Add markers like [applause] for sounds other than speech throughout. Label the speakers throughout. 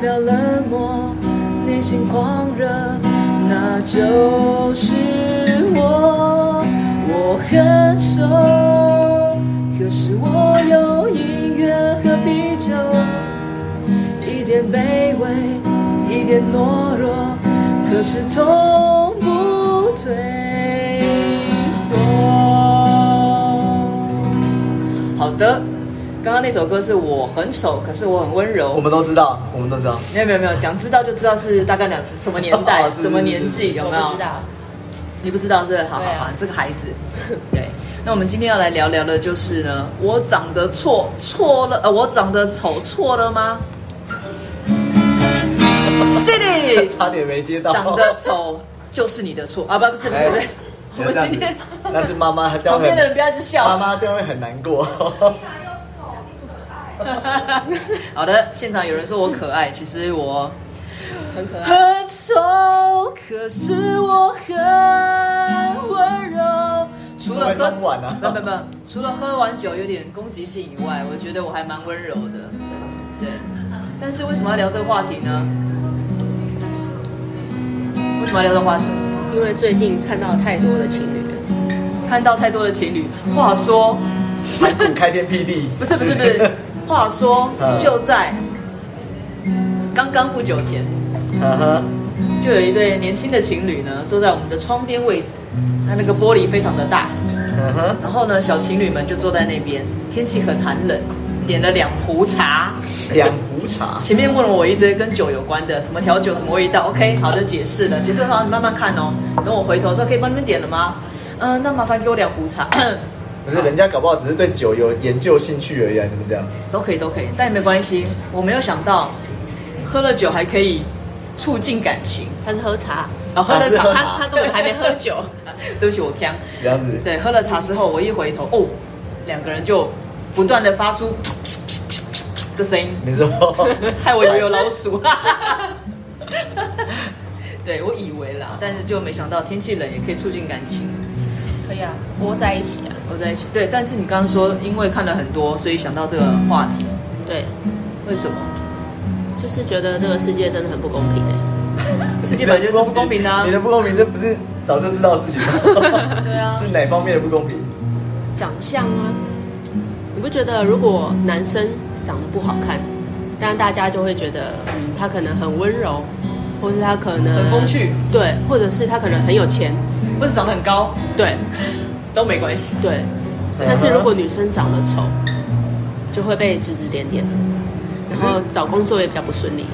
Speaker 1: 表冷漠，内心狂热，那就是我。我很瘦，可是我有音乐和啤酒，一点卑微，一点懦弱，可是从不退缩。好的，刚刚那首歌是我很熟，可是我很温柔。
Speaker 2: 我们都知道，我们都知道。
Speaker 1: 没有没有没有，讲知道就知道是大概两什么年代、
Speaker 2: [laughs] 哦是是
Speaker 1: 什么年纪，有
Speaker 3: 我
Speaker 1: 没有？
Speaker 3: 不知道，
Speaker 1: 你不知道是不是？好
Speaker 3: 对
Speaker 1: 好
Speaker 3: 啊
Speaker 1: 好，这个孩子。 [laughs] 对，那我们今天要来聊聊的就是呢，我长得错错了，呃，我长得丑错了 [laughs] 吗？City
Speaker 2: 差点没接到。
Speaker 1: 长
Speaker 2: [laughs]
Speaker 1: 得丑就是你的错啊，不不是不是不是，我
Speaker 2: 不要
Speaker 1: 们
Speaker 2: 这样
Speaker 1: 今
Speaker 2: 子
Speaker 1: 天
Speaker 2: 那是妈妈，她这样
Speaker 1: 旁
Speaker 2: 会
Speaker 1: 边的人不要一直笑
Speaker 2: 妈。妈这样会很难过。
Speaker 1: [laughs] 好的，现场有人说我可爱，其实我呃
Speaker 3: 很可爱。
Speaker 1: 很丑，可是我很温柔。除了
Speaker 2: 会不会 [laughs]
Speaker 1: 喝
Speaker 2: 冲碗啊
Speaker 1: 不不不，除了喝完酒有点攻击性以外，我觉得我还蛮温柔的。对，但是为什么要聊这个话题呢？为什么要聊这个话题？
Speaker 3: 因为最近看到太多的情侣了，
Speaker 1: 看到太多的情侣，话说 [laughs]
Speaker 2: 盘古开天辟地。
Speaker 1: 不是不是不是，话说
Speaker 2: 嗯
Speaker 1: 就在刚刚不久前，
Speaker 2: 嗯哼。
Speaker 1: 就有一对年轻的情侣呢，坐在我们的窗边位置，那那个玻璃非常的大，
Speaker 2: 嗯哼。
Speaker 1: 然后呢，小情侣们就坐在那边，天气很寒冷，点了两壶茶。
Speaker 2: 两壶茶。
Speaker 1: 前面问了我一堆跟酒有关的，什么调酒，什么味道，OK，好的，
Speaker 2: 嗯
Speaker 1: 解释了，解释好，你慢慢看哦。等我回头说，可以帮你们点了吗？嗯、那麻烦给我两壶茶， [coughs]
Speaker 2: 不是，人家搞不好只是对酒有研究兴趣而已啊，怎么这样？
Speaker 1: 都可以，都可以，但也没关系。我没有想到，喝了酒还可以促进感情。
Speaker 3: 他是喝茶，
Speaker 1: 哦，喝了
Speaker 2: 啊是
Speaker 1: 茶，
Speaker 2: 喝
Speaker 3: 他他根本还没喝
Speaker 2: [laughs]
Speaker 3: 酒，
Speaker 1: 对不起，我呛。
Speaker 2: 这样子。
Speaker 1: 对，喝了茶之后，我一回头，哦，两个人就不断的发出的声音， [laughs]
Speaker 2: 你说
Speaker 1: 害我以为有老鼠。 [laughs] 对，我以为啦，但是就没想到天气冷也可以促进感情，
Speaker 3: 可以啊，窝在一起啊，
Speaker 1: 我在一起。对，但是你刚刚说因为看了很多，所以想到这个话题，
Speaker 3: 对，
Speaker 1: 为什么？
Speaker 3: 就是觉得这个世界真的很不公平哎、
Speaker 1: 世界本来就是不公平的、啊
Speaker 2: 你。的不公平，这不是早就知道的事情吗？
Speaker 1: [laughs] 对啊
Speaker 2: [laughs] 是哪方面的不公平？
Speaker 3: 长相啊，你不觉得如果男生长得不好看，但大家就会觉得，嗯，他可能很温柔，或是他可能
Speaker 1: 很风，趣，
Speaker 3: 对，或者是他可能很有钱，
Speaker 1: 或是长得很高
Speaker 3: 对
Speaker 1: 都没关系。
Speaker 3: 对，
Speaker 2: 啊
Speaker 3: 但
Speaker 2: 嗯
Speaker 3: 是如果女生长得丑，就会被指指点点的，然后找工作也比较不顺利。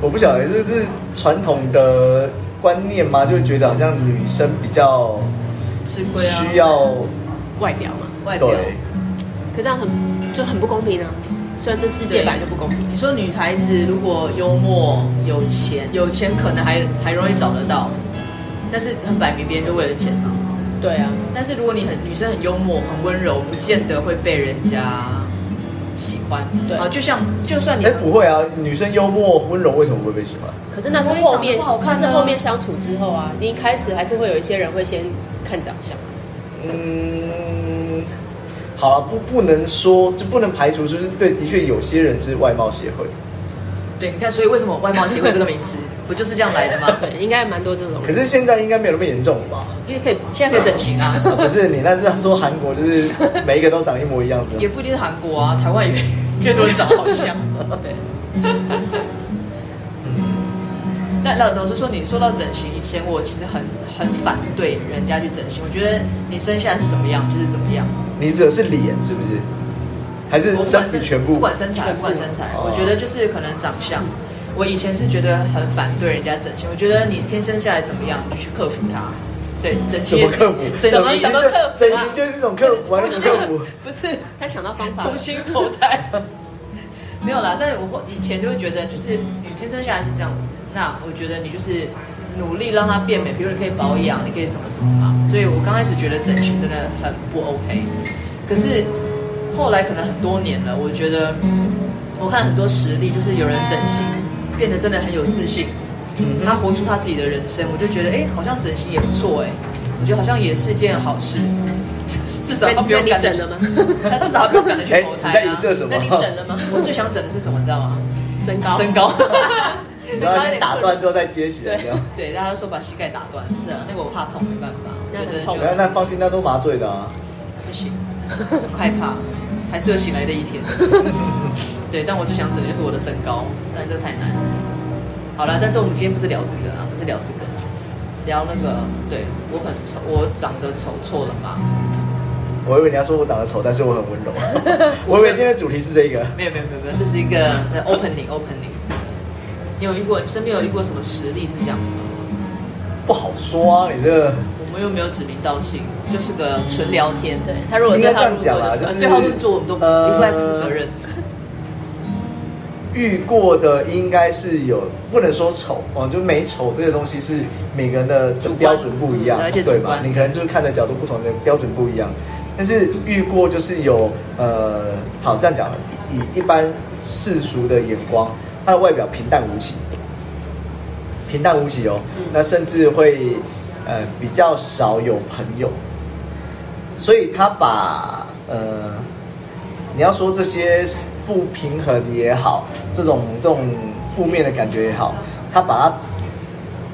Speaker 2: 我不晓得这是传统的观念吗？就会觉得好像女生比较
Speaker 1: 吃亏啊，
Speaker 2: 需要
Speaker 3: 外表嘛，
Speaker 1: 外表。
Speaker 2: 对，
Speaker 3: 可这样很就很不公平啊！虽然这世界本来就不公平，
Speaker 1: 你说女孩子如果幽默、有钱，有钱可能还还容易找得到，但是很摆明别人就为了钱嘛。
Speaker 3: 对啊，
Speaker 1: 但是如果你很女生很幽默、很温柔，不见得会被人家喜欢。
Speaker 3: 对
Speaker 1: 啊，就像就算你
Speaker 2: 哎，不会啊，女生幽默温柔为什么不会被喜欢？
Speaker 3: 可是那是后面，
Speaker 1: 不会长得不好看啊
Speaker 3: 那是后面相处之后啊，你一开始还是会有一些人会先看长相，
Speaker 2: 嗯，好了，不不能说就不能排除，就是对，的确有些人是外貌协会，
Speaker 1: 对，你看，所以为什么外貌协会这个名词不就是这样来的
Speaker 3: [laughs]
Speaker 1: 吗？
Speaker 3: 对，应该蛮多这种
Speaker 2: 可
Speaker 3: 人，
Speaker 2: 是现在应该没有那么严重了吧？
Speaker 1: 因为可以现在可以整形啊，
Speaker 2: 不是你那是说韩国就是每一个都长一模一样是
Speaker 1: 也
Speaker 2: 吗？
Speaker 1: 不一定是韩国啊，
Speaker 2: 嗯
Speaker 1: 台湾也 [laughs] 越多人长得好
Speaker 2: [laughs]
Speaker 1: 像。
Speaker 3: 对，
Speaker 2: 嗯
Speaker 1: 但老老实说，你说到整形以前，我其实很很反对人家去整形。我觉得你生下来是什么样就是怎么样，
Speaker 2: 你指的是脸是不是？还是
Speaker 1: 我不
Speaker 2: 身
Speaker 1: 管
Speaker 2: 体
Speaker 1: 是
Speaker 2: 全
Speaker 1: 不
Speaker 2: 部？嗯
Speaker 1: 管身材，不
Speaker 3: 全部
Speaker 1: 管身材，
Speaker 2: 哦
Speaker 1: 我觉得就是可能长相。我以前是觉得很反对人家整形，我觉得你天生下来怎么样，你就去克服它。对，整形也是
Speaker 2: 怎么克服
Speaker 1: 整
Speaker 3: 怎么
Speaker 1: 形
Speaker 3: 怎么克服啊
Speaker 2: 整形就是一
Speaker 1: [laughs]
Speaker 2: 种克服，玩什么克服？
Speaker 1: 不是
Speaker 3: 他想到 [laughs] 方法了
Speaker 1: 重，新投胎。没有啦，但是我以前就会觉得，就是你天生下来是这样子，那我觉得你就是努力让它变美，比如你可以保养，你可以什么什么嘛。
Speaker 2: 嗯
Speaker 1: 所以我刚开始觉得整形真的很不 OK，可是后来可能很多年了，我觉得我看很多实例，就是有人整形变得真的
Speaker 2: 嗯
Speaker 1: 很有自信，他活出他自己的人生，我就觉得哎、诶好像整形也不错哎、我觉得好像也是件好事，至少
Speaker 3: 那
Speaker 1: 他不
Speaker 3: 那
Speaker 1: 用
Speaker 3: 你
Speaker 1: 赶着
Speaker 3: 整了吗？
Speaker 1: 他至少他不用赶着去
Speaker 2: 哎
Speaker 1: 投，
Speaker 2: [laughs] 你
Speaker 1: 胎
Speaker 2: 在
Speaker 1: 啊
Speaker 2: 影。射什么
Speaker 3: 那？你
Speaker 2: [laughs]
Speaker 3: 整了吗？
Speaker 1: 我最想整的是什么，你知道吗？
Speaker 3: 身高
Speaker 1: 身
Speaker 3: [laughs]
Speaker 1: 高。
Speaker 2: 然后先打断之后再接起来，这样。
Speaker 1: 对，大家都说把膝盖打断，不是啊，那个我怕痛，没办法，我觉得
Speaker 3: 那很痛
Speaker 1: 就
Speaker 2: 没有，那放心，那都麻醉的啊。
Speaker 1: 不行，很害怕，还是有醒来的一
Speaker 3: [laughs]
Speaker 1: 天。对，但我最想整的就是我的身高，但这太难。好了，但对我们今天不是聊这个啊，不是聊这个，聊那个，对我很丑，我长得丑错了吗？
Speaker 2: 我以为你要说我长得丑，但是我很温
Speaker 3: [laughs]
Speaker 2: 柔啊。我以为今天的主题是这个。
Speaker 1: 没有没有没有没有，这是一个呃 opening opening。你有遇过身边有遇过什么实例是这样吗？
Speaker 2: 不好说啊，你这个
Speaker 1: 我们又没有指名道姓，就是个纯聊天。
Speaker 3: 对他如果
Speaker 2: 应
Speaker 3: 对
Speaker 2: 该
Speaker 3: 号
Speaker 2: 这
Speaker 3: 入
Speaker 2: 样
Speaker 3: 座
Speaker 2: 讲
Speaker 3: 的
Speaker 2: 啦，
Speaker 3: 时
Speaker 2: 就
Speaker 3: 候，
Speaker 2: 是
Speaker 1: 对号入座，我们都不
Speaker 2: 呃
Speaker 1: 不太负责任。
Speaker 2: 遇过的应该是有，不能说丑哦，就美丑这个东西是每个人的
Speaker 1: 主观
Speaker 2: 标准不一样
Speaker 1: 嗯，而且
Speaker 2: 对
Speaker 1: 主
Speaker 2: 吧？
Speaker 1: 观
Speaker 2: 你可能就是看的角度不同，的标准不一样。但是遇过就是有呃，好这样讲，以一般世俗的眼光，他的外表平淡无奇，平淡无奇哦，
Speaker 1: 嗯
Speaker 2: 那甚至会呃比较少有朋友，所以他把呃你要说这些不平衡也好，这种这种负面的感觉也好，他把它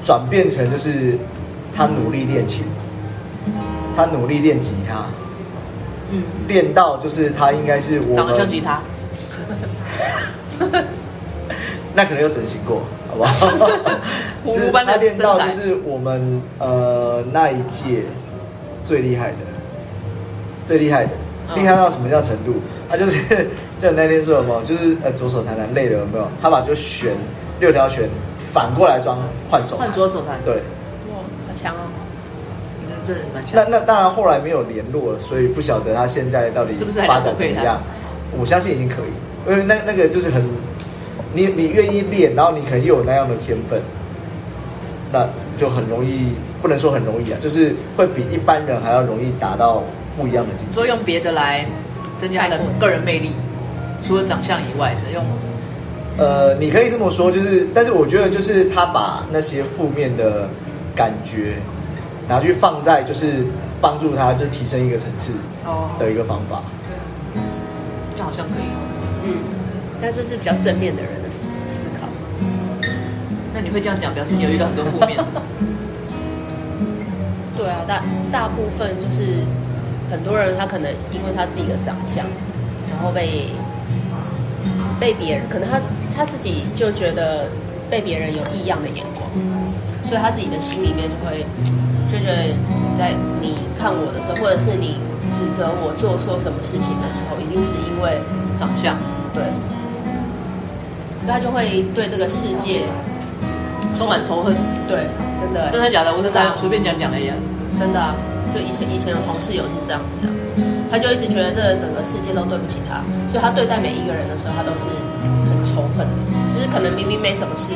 Speaker 2: 转变成就是他努力练琴，他努力练吉他，
Speaker 1: 嗯，
Speaker 2: 练到就是他应该是我
Speaker 1: 长得像吉他，
Speaker 2: 那可能有整形过，好
Speaker 1: [laughs]
Speaker 2: 不好？
Speaker 1: 葫芦
Speaker 2: 就是
Speaker 1: 般的
Speaker 2: 他练到
Speaker 1: 身材
Speaker 2: 就是我们呃那一届最厉害的，最厉害的，
Speaker 1: 嗯
Speaker 2: 厉害到什么叫程度？他就是 [laughs] 就那天说什么，就是呃左手弹弹累了有没有？他把就弦六条弦反过来装换手，
Speaker 1: 换左手弹，
Speaker 2: 对。
Speaker 3: 哇，好强哦！
Speaker 1: 那真的蛮
Speaker 2: 那
Speaker 1: 强。
Speaker 2: 那当然后来没有联络了，所以不晓得他现在到底
Speaker 1: 是不是还
Speaker 2: 发
Speaker 1: 能
Speaker 2: 展
Speaker 1: 回
Speaker 2: 怎
Speaker 1: 馈他
Speaker 2: 么样。我相信一定可以，因为那那个就是很，你你愿意练，然后你可能又有那样的天分，那就很容易，不能说很容易啊，就是会比一般人还要容易达到不一样的境界。
Speaker 1: 说用别的来增加他的个人魅力，除了长相以外的，用
Speaker 2: 呃，你可以这么说，就是，但是我觉得就是他把那些负面的感觉拿去放在就是帮助他就提升一个层次
Speaker 1: 哦，
Speaker 2: 的一个方法。
Speaker 1: 那好像可以。
Speaker 3: 嗯，但这是比较正面的人的思思考。
Speaker 1: 那你会这样讲，表示你有遇到很多负 [laughs] 面的。
Speaker 3: 对啊，大大部分就是很多人他可能因为他自己的长相，然后被被别人，可能他他自己就觉得被别人有异样的眼光，所以他自己的心里面就会就觉得你在你看我的时候，或者是你指责我做错什么事情的时候，一定是因为
Speaker 1: 长相，
Speaker 3: 对，所以他就会对这个世界
Speaker 1: 充满仇恨，
Speaker 3: 对真的欸、
Speaker 1: 真的假的？我是这样随便讲讲而已啊。
Speaker 3: 真的、啊，就以前以前的同事有是这样子的，他就一直觉得这整个世界都对不起他，所以他对待每一个人的时候，他都是很仇恨的，就是可能明明没什么事，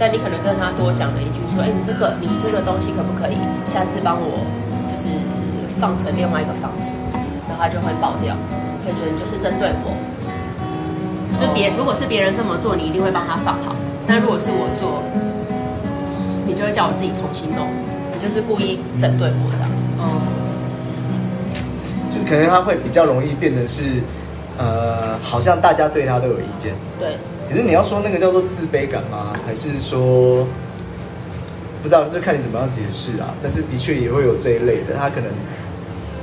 Speaker 3: 但你可能跟他多讲了一句说，哎、你这个你这个东西可不可以下次帮我就是放成另外一个方式，然后他就会爆掉，会觉得你就是针对我，就别如果是别人这么做，你一定会帮他放好，但如果是我做，你就会叫我自己重新弄，你就是故意针对我的。
Speaker 1: 嗯，
Speaker 2: 就可能他会比较容易变成是，呃，好像大家对他都有意见。
Speaker 3: 对，
Speaker 2: 可是你要说那个叫做自卑感吗？还是说，不知道，就看你怎么样解释啊。但是的确也会有这一类的，他可能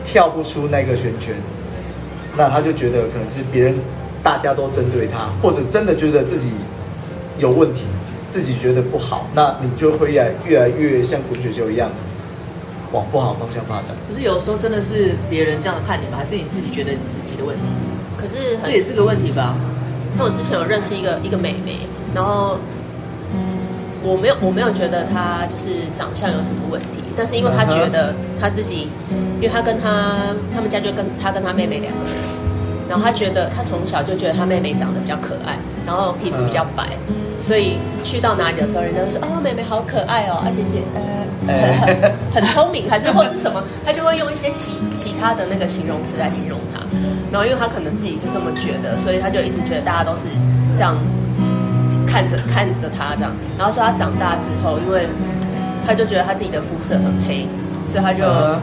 Speaker 2: 跳不出那个圈圈，那他就觉得可能是别人大家都针对他，或者真的觉得自己有问题，自己觉得不好，那你就会越来越来越像滚雪球一样往不好方向发展。
Speaker 1: 可是有时候真的是别人这样看你们，还是你自己觉得你自己的问题，
Speaker 3: 可是
Speaker 1: 这
Speaker 3: 很
Speaker 1: 也是个问题吧？
Speaker 3: 那我之前有认识一个一个妹妹，然后我没有我没有觉得她就是长相有什么问题，但是因为她
Speaker 2: 嗯哼
Speaker 3: 觉得她自己，因为她跟她他们家就跟她跟她妹妹两个人，然后她觉得她从小就觉得她妹妹长得比较可爱，然后皮肤比较白，所以去到哪里的时候，人家就说哦妹妹好可爱哦，啊姐姐呃很很
Speaker 2: 哎
Speaker 3: 很聪明，还是或是什么，她就会用一些其其他的那个形容词来形容她。然后因为她可能自己就这么觉得，所以她就一直觉得大家都是这样看着看着她这样。然后说她长大之后，因为她就觉得她自己的肤色很黑，所以他就
Speaker 2: 呃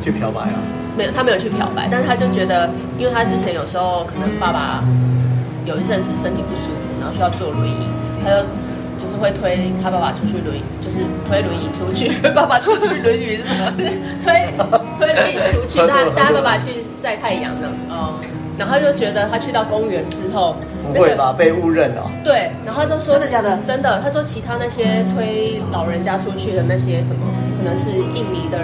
Speaker 2: 去漂白啊，
Speaker 3: 没有他没有去漂白，但是他就觉得，因为他之前有时候可能爸爸有一阵子身体不舒服，然后需要坐轮椅，他就就是会推他爸爸出去轮椅，就是推轮椅出去， [laughs] 推爸爸出去轮椅是什么？推推轮椅出去，带带他爸爸去晒太阳这样子。
Speaker 1: 哦，
Speaker 3: 然后他就觉得他去到公园之后，
Speaker 2: 不会吧？被误认哦，
Speaker 3: 对，然后他就说
Speaker 1: 真的假的
Speaker 3: 真的，他说其他那些推老人家出去的那些什么，可能是印尼的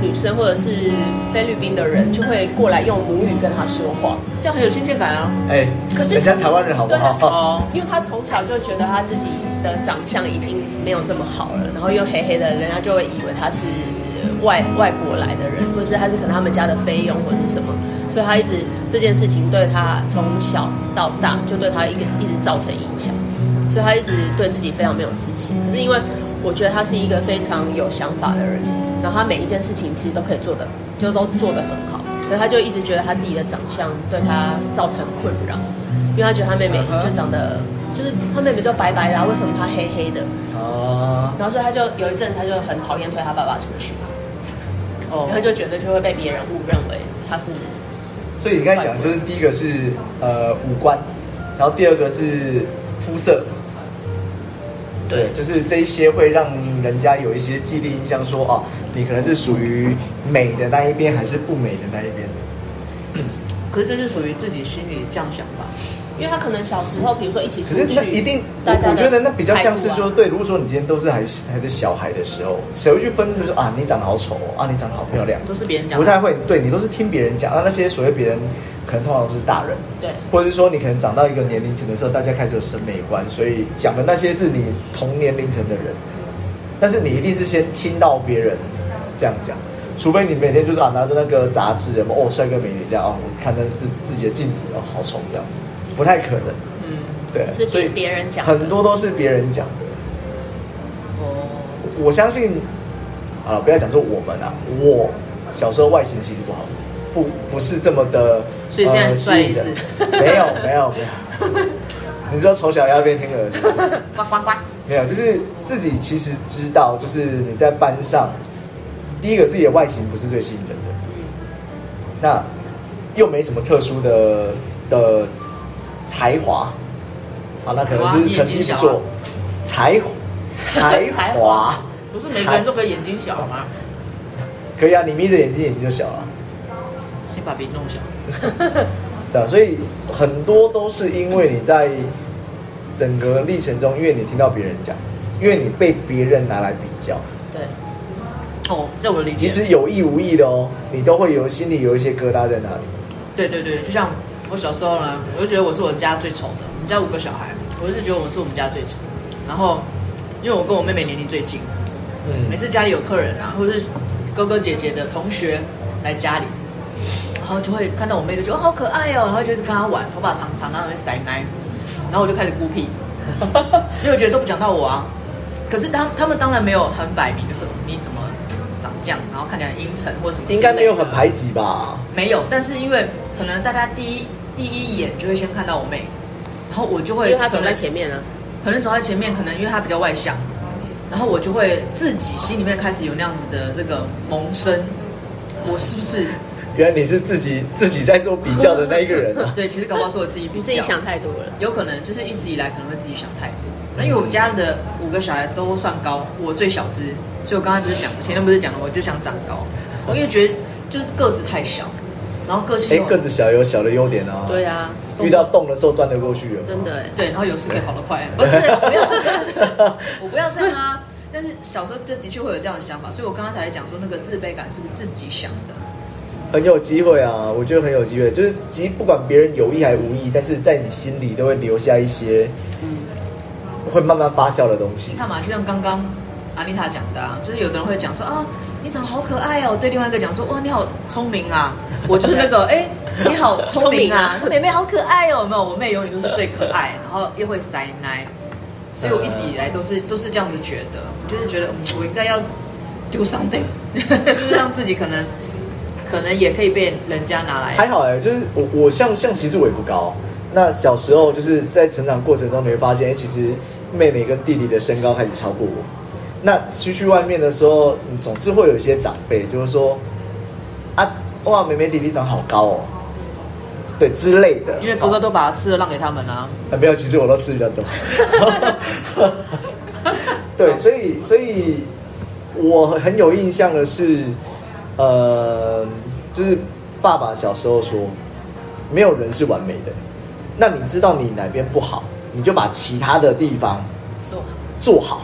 Speaker 3: 女生或者是菲律宾的人，就会过来用母语跟他说话。
Speaker 1: 这样很有亲切感啊。
Speaker 2: 哎，
Speaker 3: 可是
Speaker 2: 人家台湾人好不
Speaker 3: 对啊
Speaker 2: 好？
Speaker 1: 哦，
Speaker 3: 因为他从小就觉得他自己的长相已经没有这么好了，然后又黑黑的，人家就会以为他是呃外外国来的人，或者是他是可能他们家的菲佣或者是什么，所以他一直这件事情对他从小到大就对他一个一直造成影响，所以他一直对自己非常没有自信。可是因为我觉得他是一个非常有想法的人，然后他每一件事情其实都可以做的，就都做得很好，所以他就一直觉得他自己的长相对他造成困扰。因为他觉得他妹妹
Speaker 2: 嗯哼
Speaker 3: 就长得，就是他妹妹就白白的、啊，为什么她黑黑的？
Speaker 2: 哦，
Speaker 3: 然后所以他就有一阵他就很讨厌推他爸爸出去，然后
Speaker 1: 哦，
Speaker 3: 就觉得就会被别人误认为他是
Speaker 2: 所以你刚才讲的就是第一个是呃五官，然后第二个是肤色，
Speaker 3: 对
Speaker 2: 就是这一些会让人家有一些既定印象说，哦，你可能是属于美的那一边，还是不美的那一边。
Speaker 1: 可是这是属于自己心里这样想吧。
Speaker 3: 因为他可能小时候，比如说一起出
Speaker 2: 可是那
Speaker 3: 去，
Speaker 2: 一定，我
Speaker 3: 大家的
Speaker 2: 我觉得那比较像是
Speaker 3: 态度啊
Speaker 2: 说，对，如果说你今天都是还是还是小孩的时候，谁会去分就是啊，你长得好丑哦，啊，你长得好漂亮，
Speaker 1: 都是别
Speaker 3: 啊
Speaker 1: 人讲
Speaker 2: 不
Speaker 1: 的，
Speaker 2: 太会，对你都是听别人讲，那那些所谓别人可能通常都是大人，
Speaker 3: 对
Speaker 2: 或者是说你可能长到一个年龄层的时候，大家开始有审美观，所以讲的那些是你同年龄层的人，但是你一定是先听到别人这样讲，除非你每天就是啊拿着那个杂志什么哦帅哥美女这样啊，我看着自自己的镜子哦好丑这样，不太可能，
Speaker 1: 嗯，
Speaker 2: 对，啊
Speaker 3: 就是
Speaker 2: 所以
Speaker 3: 别别人讲的
Speaker 2: 很多都是别人讲的。
Speaker 1: 哦，
Speaker 2: 我相信，啊，不要讲说我们啊，我小时候外形其实不好，不不是这么的，呃
Speaker 1: 所以现在很帅
Speaker 2: 吸引人
Speaker 1: 是
Speaker 2: [laughs] 没有没有没有， [laughs] 你知道丑小鸭变天鹅是吗
Speaker 1: 呱呱呱，
Speaker 2: 没有？就是自己其实知道，就是你在班上，第一个自己的外形不是最吸引人的，那又没什么特殊的的才华，啊，那可能就是成绩不
Speaker 1: 哇
Speaker 2: 错，
Speaker 1: [laughs]
Speaker 2: 才才
Speaker 3: 才
Speaker 2: 华
Speaker 3: 华。
Speaker 1: 不是每个人都可以眼睛小吗？
Speaker 2: 可以啊，你眯着眼睛眼睛就小了、
Speaker 1: 先把别人弄小，
Speaker 2: 对、啊，所以很多都是因为你在整个历程中，因为你听到别人讲，因为你被别人拿来比较，
Speaker 3: 对，
Speaker 1: 哦，在我的理
Speaker 3: 嗯
Speaker 1: 解，
Speaker 2: 其实有意无意的哦，你都会有心里有一些疙瘩在那里。
Speaker 1: 对对对，就像我小时候呢，我就觉得我是我家最丑的，我们家五个小孩，我就觉得我是我们家最丑。然后，因为我跟我妹妹年龄最近，每
Speaker 2: 嗯，
Speaker 1: 次家里有客人啊，或者是哥哥姐姐的同学来家里，然后就会看到我妹就觉得、哦、好可爱哦，然后就一直跟她玩，头发长长，然后在那边塞奶，然后我就开始
Speaker 2: [laughs]
Speaker 1: 孤僻，因为我觉得都不讲到我啊。可是他他们当然没有很摆明，就是你怎么长这样，然后看起来很阴沉或什么之类
Speaker 2: 应
Speaker 1: 的，
Speaker 2: 该没有很排挤吧？
Speaker 1: 没有，但是因为可能大家第一第一眼就会先看到我妹，然后我就
Speaker 3: 因
Speaker 1: 会
Speaker 3: 为他走在前面啊，
Speaker 1: 可能，可能走在前面，可能因为她比较外向，然后我就会自己心里面开始有那样子的这个萌生，我是不是？。
Speaker 2: 原来你是自己自己在做比较的那一个人啊
Speaker 1: [laughs] 对，其实搞不好是我自己比
Speaker 3: 你
Speaker 1: 较
Speaker 3: 自己想，太多了，
Speaker 1: 有可能就是一直以来可能会自己想太多。那因为我们家的五个小孩都算高，我最小只，所以我刚才不是讲，前面不是讲了，我就想长高，我因为觉得就是个子太小，然后个性
Speaker 2: 哎
Speaker 1: 又，很
Speaker 2: 个子小有小的优点啊。
Speaker 3: 对啊，
Speaker 2: 遇到洞的时候钻得过去了。
Speaker 3: 真的哎，
Speaker 1: 对，然后有事可以跑得快，不是，不要这样 [laughs] 子，我不要这样啊。但是小时候就的确会有这样的想法，所以我刚刚才讲说那个自卑感是不是自己想的？
Speaker 2: 很有机会啊，我觉得很有机会。就是即使不管别人有意还无意，但是在你心里都会留下一些，会慢慢发酵的东西
Speaker 1: 你。看嘛，就像刚刚阿丽塔讲的啊，就是有的人会讲说啊，你长得好可爱哦，对另外一个讲说哇，你好聪明 [laughs] 啊，我就是那个 [laughs] 哎、你好聪明啊，妹妹好可爱哦，有没有？我妹永远都是最可爱，然后又会塞奶，所以我一直以来都是都是这样子觉得，就是觉得嗯我应该要 do something，就是 [laughs] 让自己可能可能也可以被人家拿
Speaker 2: 还
Speaker 1: 来，
Speaker 2: 好哎、就是我我像像其实我也不高，那小时候就是在成长过程中你会发现，哎、其实妹妹跟弟弟的身高开始超过我，那出去外面的时候，你总是会有一些长辈，就是说，啊，哇，妹妹弟弟长好高哦，对之类的。
Speaker 1: 因为哥哥都把吃的让给他们啊。
Speaker 2: [laughs] 啊，没有，其实我都吃比较多。 [laughs] 对，所以所以我很有印象的是，呃，就是爸爸小时候说，没有人是完美的。那你知道你哪边不好，你就把其他的地方
Speaker 3: 做好。
Speaker 2: 做好，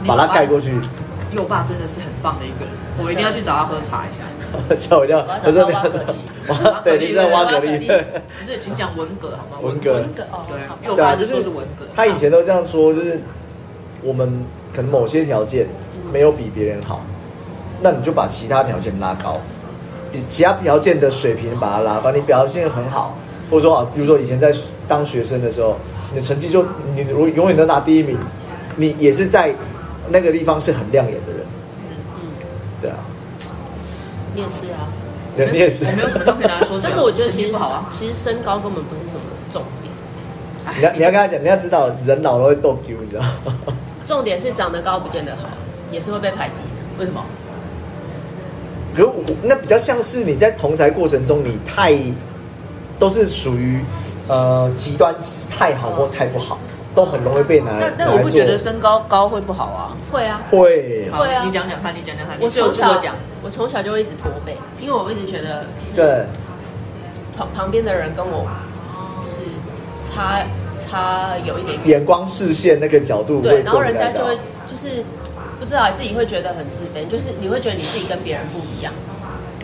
Speaker 1: 你
Speaker 2: 把它盖过
Speaker 1: 去。
Speaker 2: 去。 [laughs]
Speaker 1: 佑爸真的是很棒的一个人，我一定要去找他喝茶一下。
Speaker 2: 吓我一跳！
Speaker 3: 我要找
Speaker 2: 你要
Speaker 3: 到挖蛤
Speaker 2: 挖 [laughs] 对，你在挖蛤蜊。
Speaker 1: 不是，请讲文革好吗？
Speaker 2: 文革
Speaker 3: 格哦，
Speaker 1: 对
Speaker 3: 好吧
Speaker 1: 又
Speaker 2: 对啊，
Speaker 1: 他
Speaker 2: 就
Speaker 1: 就是说是文革
Speaker 2: 他以前都这样说，就是我们可能某些条件没有比别人好，那你就把其他条件拉高，比其他条件的水平把它拉高。你表现得很好，或者说啊，比如说以前在当学生的时候，你的成绩就你如果永远都拿第一名，你也是在那个地方是很亮眼的人，对啊，
Speaker 3: 你也是啊。
Speaker 2: 对你也是
Speaker 1: 我。没有什么都可以拿来说嘴啊，
Speaker 3: 但是我觉得
Speaker 1: 成
Speaker 3: 其
Speaker 1: 绩
Speaker 3: 实
Speaker 1: 不好啊。
Speaker 3: 其实身高根本不是什么重点，
Speaker 2: 你要你要跟他讲，你要知道人老了会逗丢，你知道吗？
Speaker 3: 重点是长得高不见得好，也是会被排挤的。
Speaker 1: 为什么？
Speaker 2: 可是我那比较像是你在同才过程中，你太都是属于呃极端值，太好或太不好，都很容易被拿来。
Speaker 1: 但但
Speaker 2: 拿
Speaker 1: 我
Speaker 2: 哎来
Speaker 1: 不觉得
Speaker 2: 做
Speaker 1: 身高高会不好啊。
Speaker 3: 会啊，
Speaker 2: 会，
Speaker 1: 好
Speaker 3: 会啊
Speaker 1: 你讲讲看，你讲讲看，
Speaker 3: 我
Speaker 1: 你最有
Speaker 3: 从
Speaker 1: 资格
Speaker 3: 小
Speaker 1: 讲。
Speaker 3: 我从小就一直驼背，因为我一直觉得就是
Speaker 2: 对，
Speaker 3: 旁旁边的人跟我就是差差有一点远，
Speaker 2: 眼光视线那个角度
Speaker 3: 对，
Speaker 2: 会
Speaker 3: 然后
Speaker 2: 做
Speaker 3: 人
Speaker 2: 人
Speaker 3: 家
Speaker 2: 家
Speaker 3: 就会就是不知道自己会觉得很自卑，就是你会觉得你自己跟别人不一样，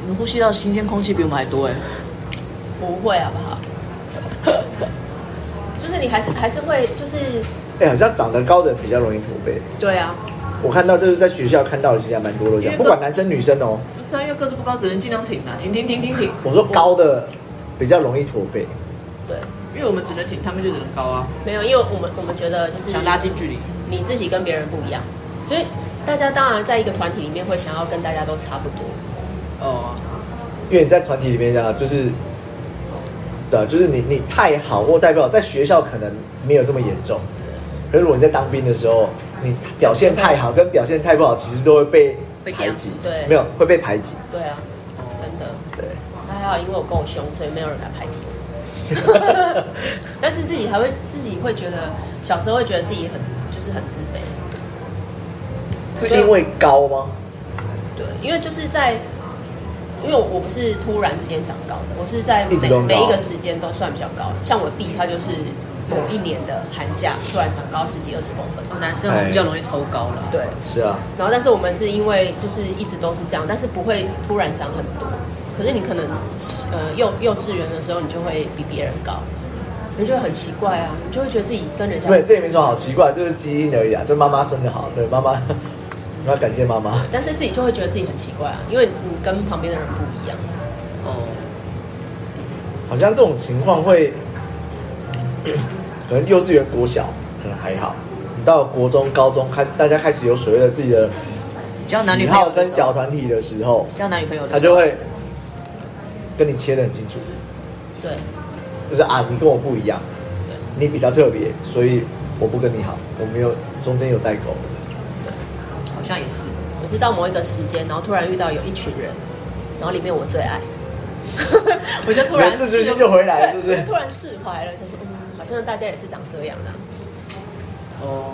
Speaker 1: 你呼吸到新鲜空气比我们还多哎。
Speaker 3: 不会好不好？ [laughs] 就是你还是还是会就是
Speaker 2: 哎、好像长得高的人比较容易驼背。
Speaker 3: 对啊，
Speaker 2: 我看到这是在学校看到的，其实还蛮多的，
Speaker 1: 因为
Speaker 2: 不
Speaker 1: 这
Speaker 2: 管男生女生哦、
Speaker 1: 不是啊，因为个子不高，只能尽量挺啊，挺挺挺挺挺。
Speaker 2: [laughs] 我说高的比较容易驼背，
Speaker 3: 对，
Speaker 1: 因为我们只能挺，他们就只能高啊，
Speaker 3: 没有，因为我们我们觉得就是
Speaker 1: 想拉近距离。
Speaker 3: 你自己跟别人不一样，所以大家当然在一个团体里面会想要跟大家都差不多，
Speaker 1: 哦，
Speaker 2: 因为你在团体里面讲就是。对啊，就是你你太好或代表在学校可能没有这么严重，可是如果你在当兵的时候，你表现太好跟表现太不好，其实都会被
Speaker 3: 被
Speaker 2: 排挤，
Speaker 3: 掉对
Speaker 2: 没有会被排挤，
Speaker 3: 对啊，真的。
Speaker 2: 对，
Speaker 3: [laughs] 还好，因为我够凶，所以没有人敢排 [laughs] 挤我。
Speaker 2: 对
Speaker 3: 但是自己还会自己会觉得，小时候会觉得自己很就是很自卑，
Speaker 2: 是因为高吗？
Speaker 3: 对，因为就是在，因为我不是突然之间长高的，我是在
Speaker 2: 一直
Speaker 3: 每
Speaker 2: 都很高
Speaker 3: 每一个时间都算比较高。像我弟他就是某一年的寒假突然长高十几二十公分，
Speaker 1: 哦男生我们比较容易抽高了。
Speaker 3: 对，
Speaker 2: 是啊，
Speaker 3: 然后但是我们是因为就是一直都是这样，但是不会突然长很多。可是你可能呃幼幼稚园的时候，你就会比别人高，你就会很奇怪啊，你就会觉得自己跟人家
Speaker 2: 对，这也没什么好奇怪，就是基因而已啊，就妈妈生的好，对妈妈，你要感谢妈妈，
Speaker 3: 但是自己就会觉得自己很奇怪啊，因为你跟旁边的人不一样。
Speaker 2: 哎
Speaker 1: 哦，
Speaker 2: 好像这种情况会，嗯可能幼稚园、国小可能还好，你到国中、高中开，大家开始有所谓的自己的
Speaker 1: 交男女
Speaker 2: 喜
Speaker 1: 朋友
Speaker 2: 好
Speaker 1: 的
Speaker 2: 跟
Speaker 1: 时候
Speaker 2: 小团体的时候，
Speaker 1: 交男女朋友的
Speaker 2: 他
Speaker 1: 时候
Speaker 2: 就会跟你切得很清楚，
Speaker 3: 对，
Speaker 2: 就是啊，你跟我不一样，你比较特别，所以我不跟你好，我没有中间有代沟，
Speaker 1: 好像也是。
Speaker 3: 我是到某一个时间，然后突然遇到有一群人，然后里面我最爱， [laughs] 我就突然
Speaker 2: 自尊心
Speaker 3: 释
Speaker 2: 就回来了是
Speaker 3: 对
Speaker 2: 不是
Speaker 3: 我就突然释怀了，就是嗯，好像大家也是长这样的啊、
Speaker 1: 哦，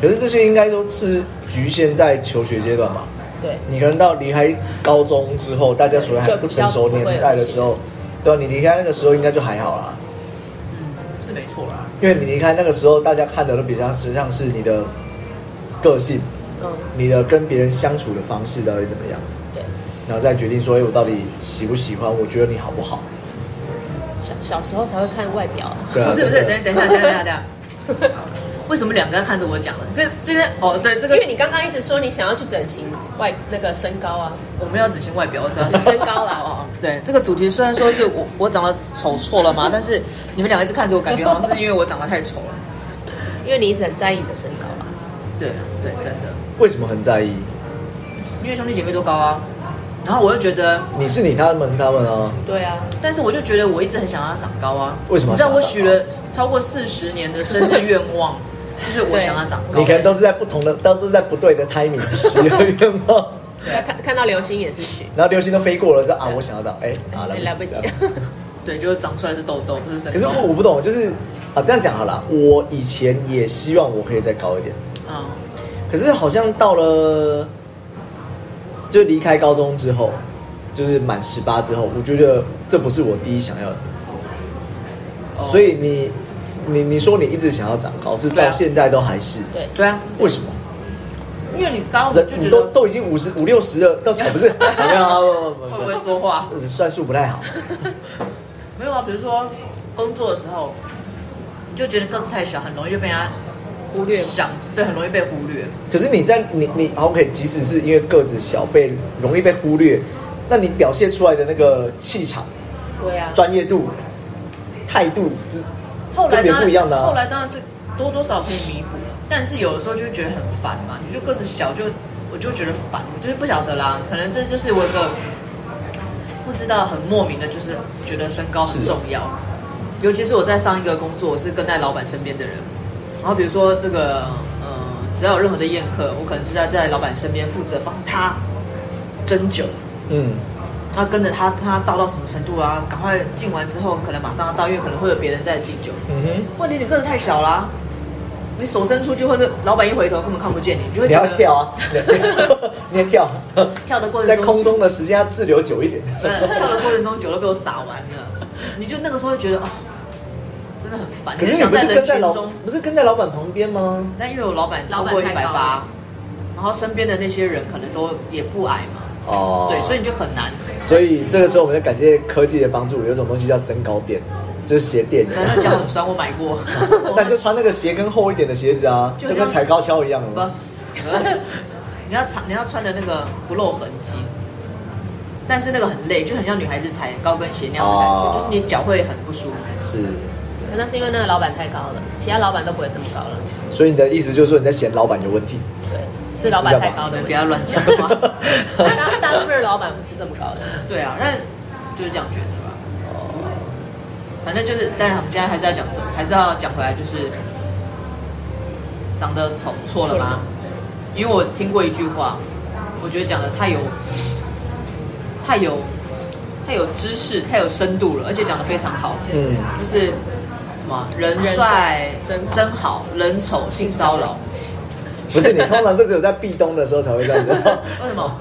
Speaker 2: 可是这些应该都是局限在求学阶段吧？
Speaker 3: 对，
Speaker 2: 你可能到离开高中之后，大家所谓还不成熟年代的时候，对啊吧、你离开那个时候应该就还好啦，
Speaker 1: 是没错啦。
Speaker 2: 因为你离开那个时候，大家看的都比较实际上是你的个性，
Speaker 3: 嗯，
Speaker 2: 你的跟别人相处的方式到底怎么样，
Speaker 3: 对。
Speaker 2: 然后再决定说，哎，我到底喜不喜欢，我觉得你好不好？
Speaker 3: 小小时候才会看外表、啊，
Speaker 2: 对啊
Speaker 1: 不是不是，
Speaker 2: 对啊
Speaker 1: 等等一下等一下等一下， [laughs] 为什么两个要看着我讲呢？这这边哦，对这
Speaker 3: 因
Speaker 1: 个
Speaker 3: 为你刚刚一直说你想要去整形外那个身高啊，
Speaker 1: 我没有整形外表，我只要
Speaker 3: 是身高啦
Speaker 1: 哦， [laughs] 对，这个主题虽然说是我我长得丑错了吗？但是你们两个一直看着我，感觉好像是因为我长得太丑了。
Speaker 3: 因为你一直很在意你的身高啊。
Speaker 1: 对对，真的，
Speaker 2: 为什么很在意？
Speaker 1: 因为兄弟姐妹都高啊。然后我就觉得，
Speaker 2: 你是你，他们是他们啊，
Speaker 3: 对啊，
Speaker 1: 但是我就觉得我一直很想要长高啊。
Speaker 2: 为什么
Speaker 1: 你知道
Speaker 2: 要
Speaker 1: 我
Speaker 2: 长
Speaker 1: 许
Speaker 2: 高 [laughs]
Speaker 1: 了超过四十年的生日愿望，
Speaker 3: 就是我想要长高。
Speaker 2: 你可能都是在不同的，都是在不对的 timing 许的愿 [laughs] 望，
Speaker 3: 要看看到流星也是许，
Speaker 2: 然后流星都飞过了，说啊，我想要长，哎、啊，
Speaker 3: 也
Speaker 2: 来
Speaker 3: 来
Speaker 2: 不
Speaker 3: 不
Speaker 2: 及
Speaker 3: 及
Speaker 2: 了。。
Speaker 1: 对，就是长出来是痘痘，不是神
Speaker 2: 可是我不懂，就是啊，这样讲好了，我以前也希望我可以再高一点，
Speaker 1: 啊，
Speaker 2: 可是好像到了就离开高中之后，就是满十八之后，我就觉得这不是我第一想要的。
Speaker 1: 哦
Speaker 2: 所以你你你说你一直想要长高，是
Speaker 1: 对
Speaker 2: 到
Speaker 1: 啊
Speaker 2: 现在都还是？
Speaker 3: 对，
Speaker 1: 对啊，
Speaker 2: 为什么？
Speaker 1: 因为你高，
Speaker 2: 人
Speaker 1: 你
Speaker 2: 你
Speaker 1: 哦就觉
Speaker 2: 都
Speaker 1: 得
Speaker 2: 都已经五十五六十了，
Speaker 1: [laughs]
Speaker 2: 到底不是？没有啊，不
Speaker 1: 会
Speaker 2: 不不
Speaker 1: 不
Speaker 2: 不
Speaker 1: 会说话？
Speaker 2: 不， [laughs] 算数不太好。
Speaker 1: 没有啊，比如说工作的时候，你就觉得个子太小，很容易就被人家
Speaker 3: 忽略嘛
Speaker 1: 想，对，很容易被忽略。
Speaker 2: 可是你在你你 OK，即使是因为个子小被容易被忽略，那你表现出来的那个气场、
Speaker 3: 对啊，
Speaker 2: 专业度、态度，嗯就是
Speaker 1: 后来
Speaker 2: 跟别
Speaker 1: 当
Speaker 2: 人
Speaker 1: 然
Speaker 2: 不一样的啊
Speaker 1: 后来当然是多多少可以弥补，但是有的时候就会觉得很烦嘛，你就个子小就我就觉得烦，我就是不晓得啦，可能这就是我一个不知道很莫名的，就是觉得身高很重要，尤其是我在上一个工作，我是跟在老板身边的人，然后比如说这个呃，只要有任何的宴客，我可能就在在老板身边负责帮他斟酒。
Speaker 2: 嗯，
Speaker 1: 他跟着他，看他倒到什么程度啊？赶快敬完之后，可能马上要倒，因为可能会有别人在敬酒。
Speaker 2: 嗯哼，
Speaker 1: 问题你个子太小啦、啊你手伸出去或者老板一回头根本看不见你，你就会
Speaker 2: 你
Speaker 1: 觉
Speaker 2: 要
Speaker 1: 得
Speaker 2: 跳啊， [laughs] 你要跳，
Speaker 1: 跳的过程
Speaker 2: 在
Speaker 1: 中
Speaker 2: 空，中的时间要滞留久一点。
Speaker 1: 呃， [laughs] 跳的过程中酒都被我洒完了，你就那个时候会觉得哦，真的很烦，
Speaker 2: 可
Speaker 1: 你
Speaker 2: 是
Speaker 1: 就想
Speaker 2: 你不
Speaker 1: 在
Speaker 2: 是
Speaker 1: 人
Speaker 2: 跟在
Speaker 1: 群
Speaker 2: 老
Speaker 1: 中，
Speaker 2: 不是跟在老板旁边吗？
Speaker 1: 但因为我老板超过一
Speaker 3: 老板
Speaker 1: 百
Speaker 3: 太高
Speaker 1: 八
Speaker 3: 了，
Speaker 1: 然后身边的那些人可能都也不矮嘛，
Speaker 2: 哦
Speaker 1: 对，所以你就很难，
Speaker 2: 所以这个时候我们要感谢科技的帮助，有一种东西叫增高垫，就是鞋垫。
Speaker 1: 然后
Speaker 2: [laughs]
Speaker 1: 脚很酸，我买过， [laughs]
Speaker 2: 那你就穿那个鞋跟厚一点的鞋子啊，
Speaker 1: 就
Speaker 2: 就
Speaker 1: 像
Speaker 2: 跟踩高跷一样
Speaker 1: 不
Speaker 2: 了。
Speaker 1: 是， [laughs] 你要穿你要穿的那个不露痕迹，但是那个很累，就很像女孩子踩高跟鞋那样的感觉，
Speaker 2: 哦
Speaker 1: 就是你脚会很不舒服。
Speaker 2: 是，
Speaker 3: 可能是因为那个老板太高了，其他老板都不会这么高了。
Speaker 2: 所以你的意思就是说你在嫌老板有问题？
Speaker 3: 对，是老板太高的
Speaker 1: 你
Speaker 3: 问
Speaker 1: 不
Speaker 3: 题
Speaker 1: 要乱讲话。
Speaker 2: [laughs]
Speaker 3: 大大部分的老板不是这么高的，
Speaker 1: 对啊，那就是这样觉得吧。反正就是，但我们现在还是要讲这，还是要讲回来，就是长得丑错了
Speaker 3: 错了
Speaker 1: 吗
Speaker 3: 吗？
Speaker 1: 因为我听过一句话，我觉得讲的太有太有太有知识、太有深度了，而且讲的非常好。
Speaker 2: 嗯，
Speaker 1: 就是什么人
Speaker 3: 人
Speaker 1: 帅
Speaker 3: 帅真
Speaker 1: 真好，人丑性骚扰。
Speaker 2: 不是，你通常这只有在壁咚的时候才会这
Speaker 1: [laughs]
Speaker 2: 样子。
Speaker 1: 为什么？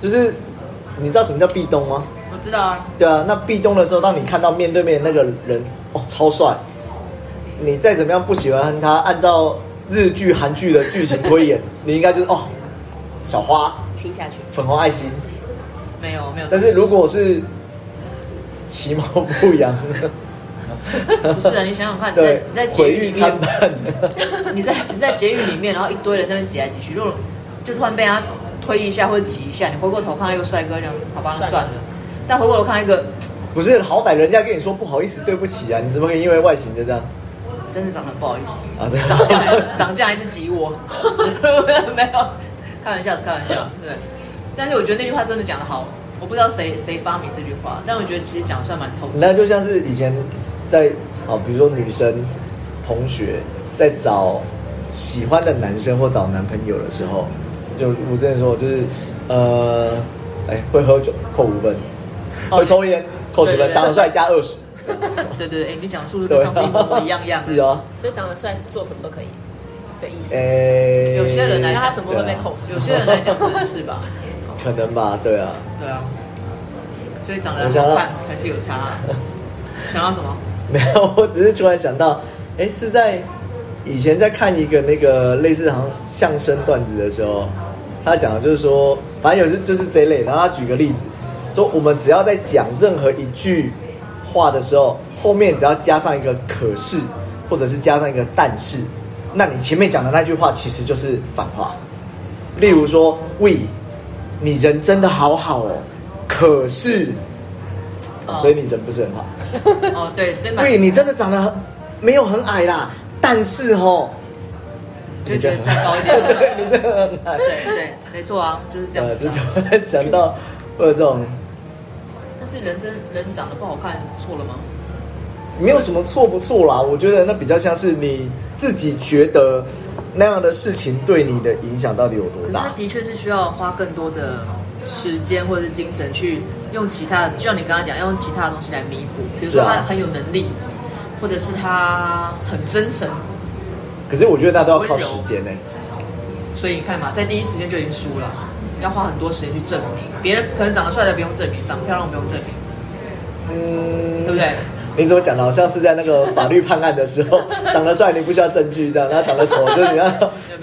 Speaker 2: 就是你知道什么叫壁咚吗？
Speaker 1: 我知道啊，
Speaker 2: 对啊，那壁咚的时候，当你看到面对面那个人，哦，超帅，你再怎么样不喜欢他，按照日剧、韩剧的剧情推演，你应该就是哦，小花、
Speaker 3: 亲下去。
Speaker 2: 粉红爱心。
Speaker 1: 没有没有。
Speaker 2: 但是如果是其貌不扬，
Speaker 1: [laughs] 不是啊，你想想看，你在你在，
Speaker 2: 对
Speaker 1: 捷
Speaker 2: 毁
Speaker 1: 运
Speaker 2: 誉
Speaker 1: 里
Speaker 2: 参
Speaker 1: 面，
Speaker 2: 半。
Speaker 1: [laughs] 你在你在捷运里面，然后一堆人在那边挤来挤去，如果就突然被他推一下或者挤一下，你回过头看到一个帅哥，这样好吧，那
Speaker 3: 算了
Speaker 1: 算了。但回过头看到一个
Speaker 2: 不是，好歹人家跟你说不好意思、对不起啊，你怎么可以因为外形就这样？
Speaker 1: 真的长得很不好意思， [laughs]
Speaker 2: 啊真的
Speaker 1: 长这样还长这样还是挤我， [laughs] 没有，开玩笑，开玩笑，对。但是我觉得那句话真的讲得好，我不知道谁谁发明这句话，但我觉得其实讲得算蛮透彻
Speaker 2: 那
Speaker 1: 的。
Speaker 2: 就像是以前在哦，比如说女生同学在找喜欢的男生或找男朋友的时候，就我之前说，就是呃，哎，会喝酒扣五分，会抽烟扣十
Speaker 1: 哦对对
Speaker 2: 分，
Speaker 1: 对
Speaker 2: 长得帅加二十，
Speaker 1: 对对对，哎，你讲的速度
Speaker 2: 对
Speaker 1: 跟，上次一模一
Speaker 2: [laughs]
Speaker 1: 样样。
Speaker 2: 是哦，
Speaker 3: 所以长得帅做什么都可以的意思。
Speaker 2: 哎，
Speaker 1: 有些人来啊
Speaker 3: 那
Speaker 1: 讲
Speaker 3: 他什么会被扣分？
Speaker 1: 有些人来讲真的是吧？
Speaker 2: 啊可能吧，对啊，
Speaker 1: 对啊，所以长得
Speaker 2: 我想
Speaker 1: 好
Speaker 2: 到
Speaker 1: 看还是有差
Speaker 2: [laughs]
Speaker 1: 啊。想到什么？
Speaker 2: 没有，我只是突然想到，哎，是在以前在看一个那个类似好像相声段子的时候，他讲的就是说，反正有时就是这一类，然后他举个例子，说我们只要在讲任何一句话的时候，后面只要加上一个可是，或者是加上一个但是，那你前面讲的那句话其实就是反话。例如说，We，你人真的好好哦，可是，啊
Speaker 1: 哦
Speaker 2: 所以你人不是很好。
Speaker 1: 哦，对
Speaker 2: [laughs]
Speaker 1: 对嘛，
Speaker 2: 对你真的长得很没有很矮啦，但是吼，
Speaker 1: 就觉得再高一
Speaker 2: [laughs] 对
Speaker 1: 点。
Speaker 2: 你真的很矮。
Speaker 1: 对对，没错啊，就是这
Speaker 2: 呃，
Speaker 1: 样子
Speaker 2: 就
Speaker 1: 啊。
Speaker 2: 突然想到呃会有这种，
Speaker 1: 但是人真人长得不好看，错了吗？
Speaker 2: 没有什么错不错啦，我觉得那比较像是你自己觉得那样的事情对你的影响到底有
Speaker 1: 可
Speaker 2: 多
Speaker 1: 是
Speaker 2: 大
Speaker 1: 他。的确是需要花更多的时间或者是精神去用其他的，就像你刚刚讲，要用其他的东西来弥补，比如
Speaker 2: 是
Speaker 1: 说
Speaker 2: 啊
Speaker 1: 他很有能力，或者是他很真诚，
Speaker 2: 可是我觉得那都要靠时间呢、
Speaker 1: 所以你看嘛，在第一时间就已经输了，要花很多时间去证明。别人可能长得帅的不用证明，长得漂亮不用证明，
Speaker 2: 嗯，
Speaker 1: 对不对？
Speaker 2: 你怎么讲的？好像是在那个法律判案的时候，长得帅你不需要证据，这样；然后长得丑，就是
Speaker 1: [laughs]
Speaker 2: 你要
Speaker 1: 有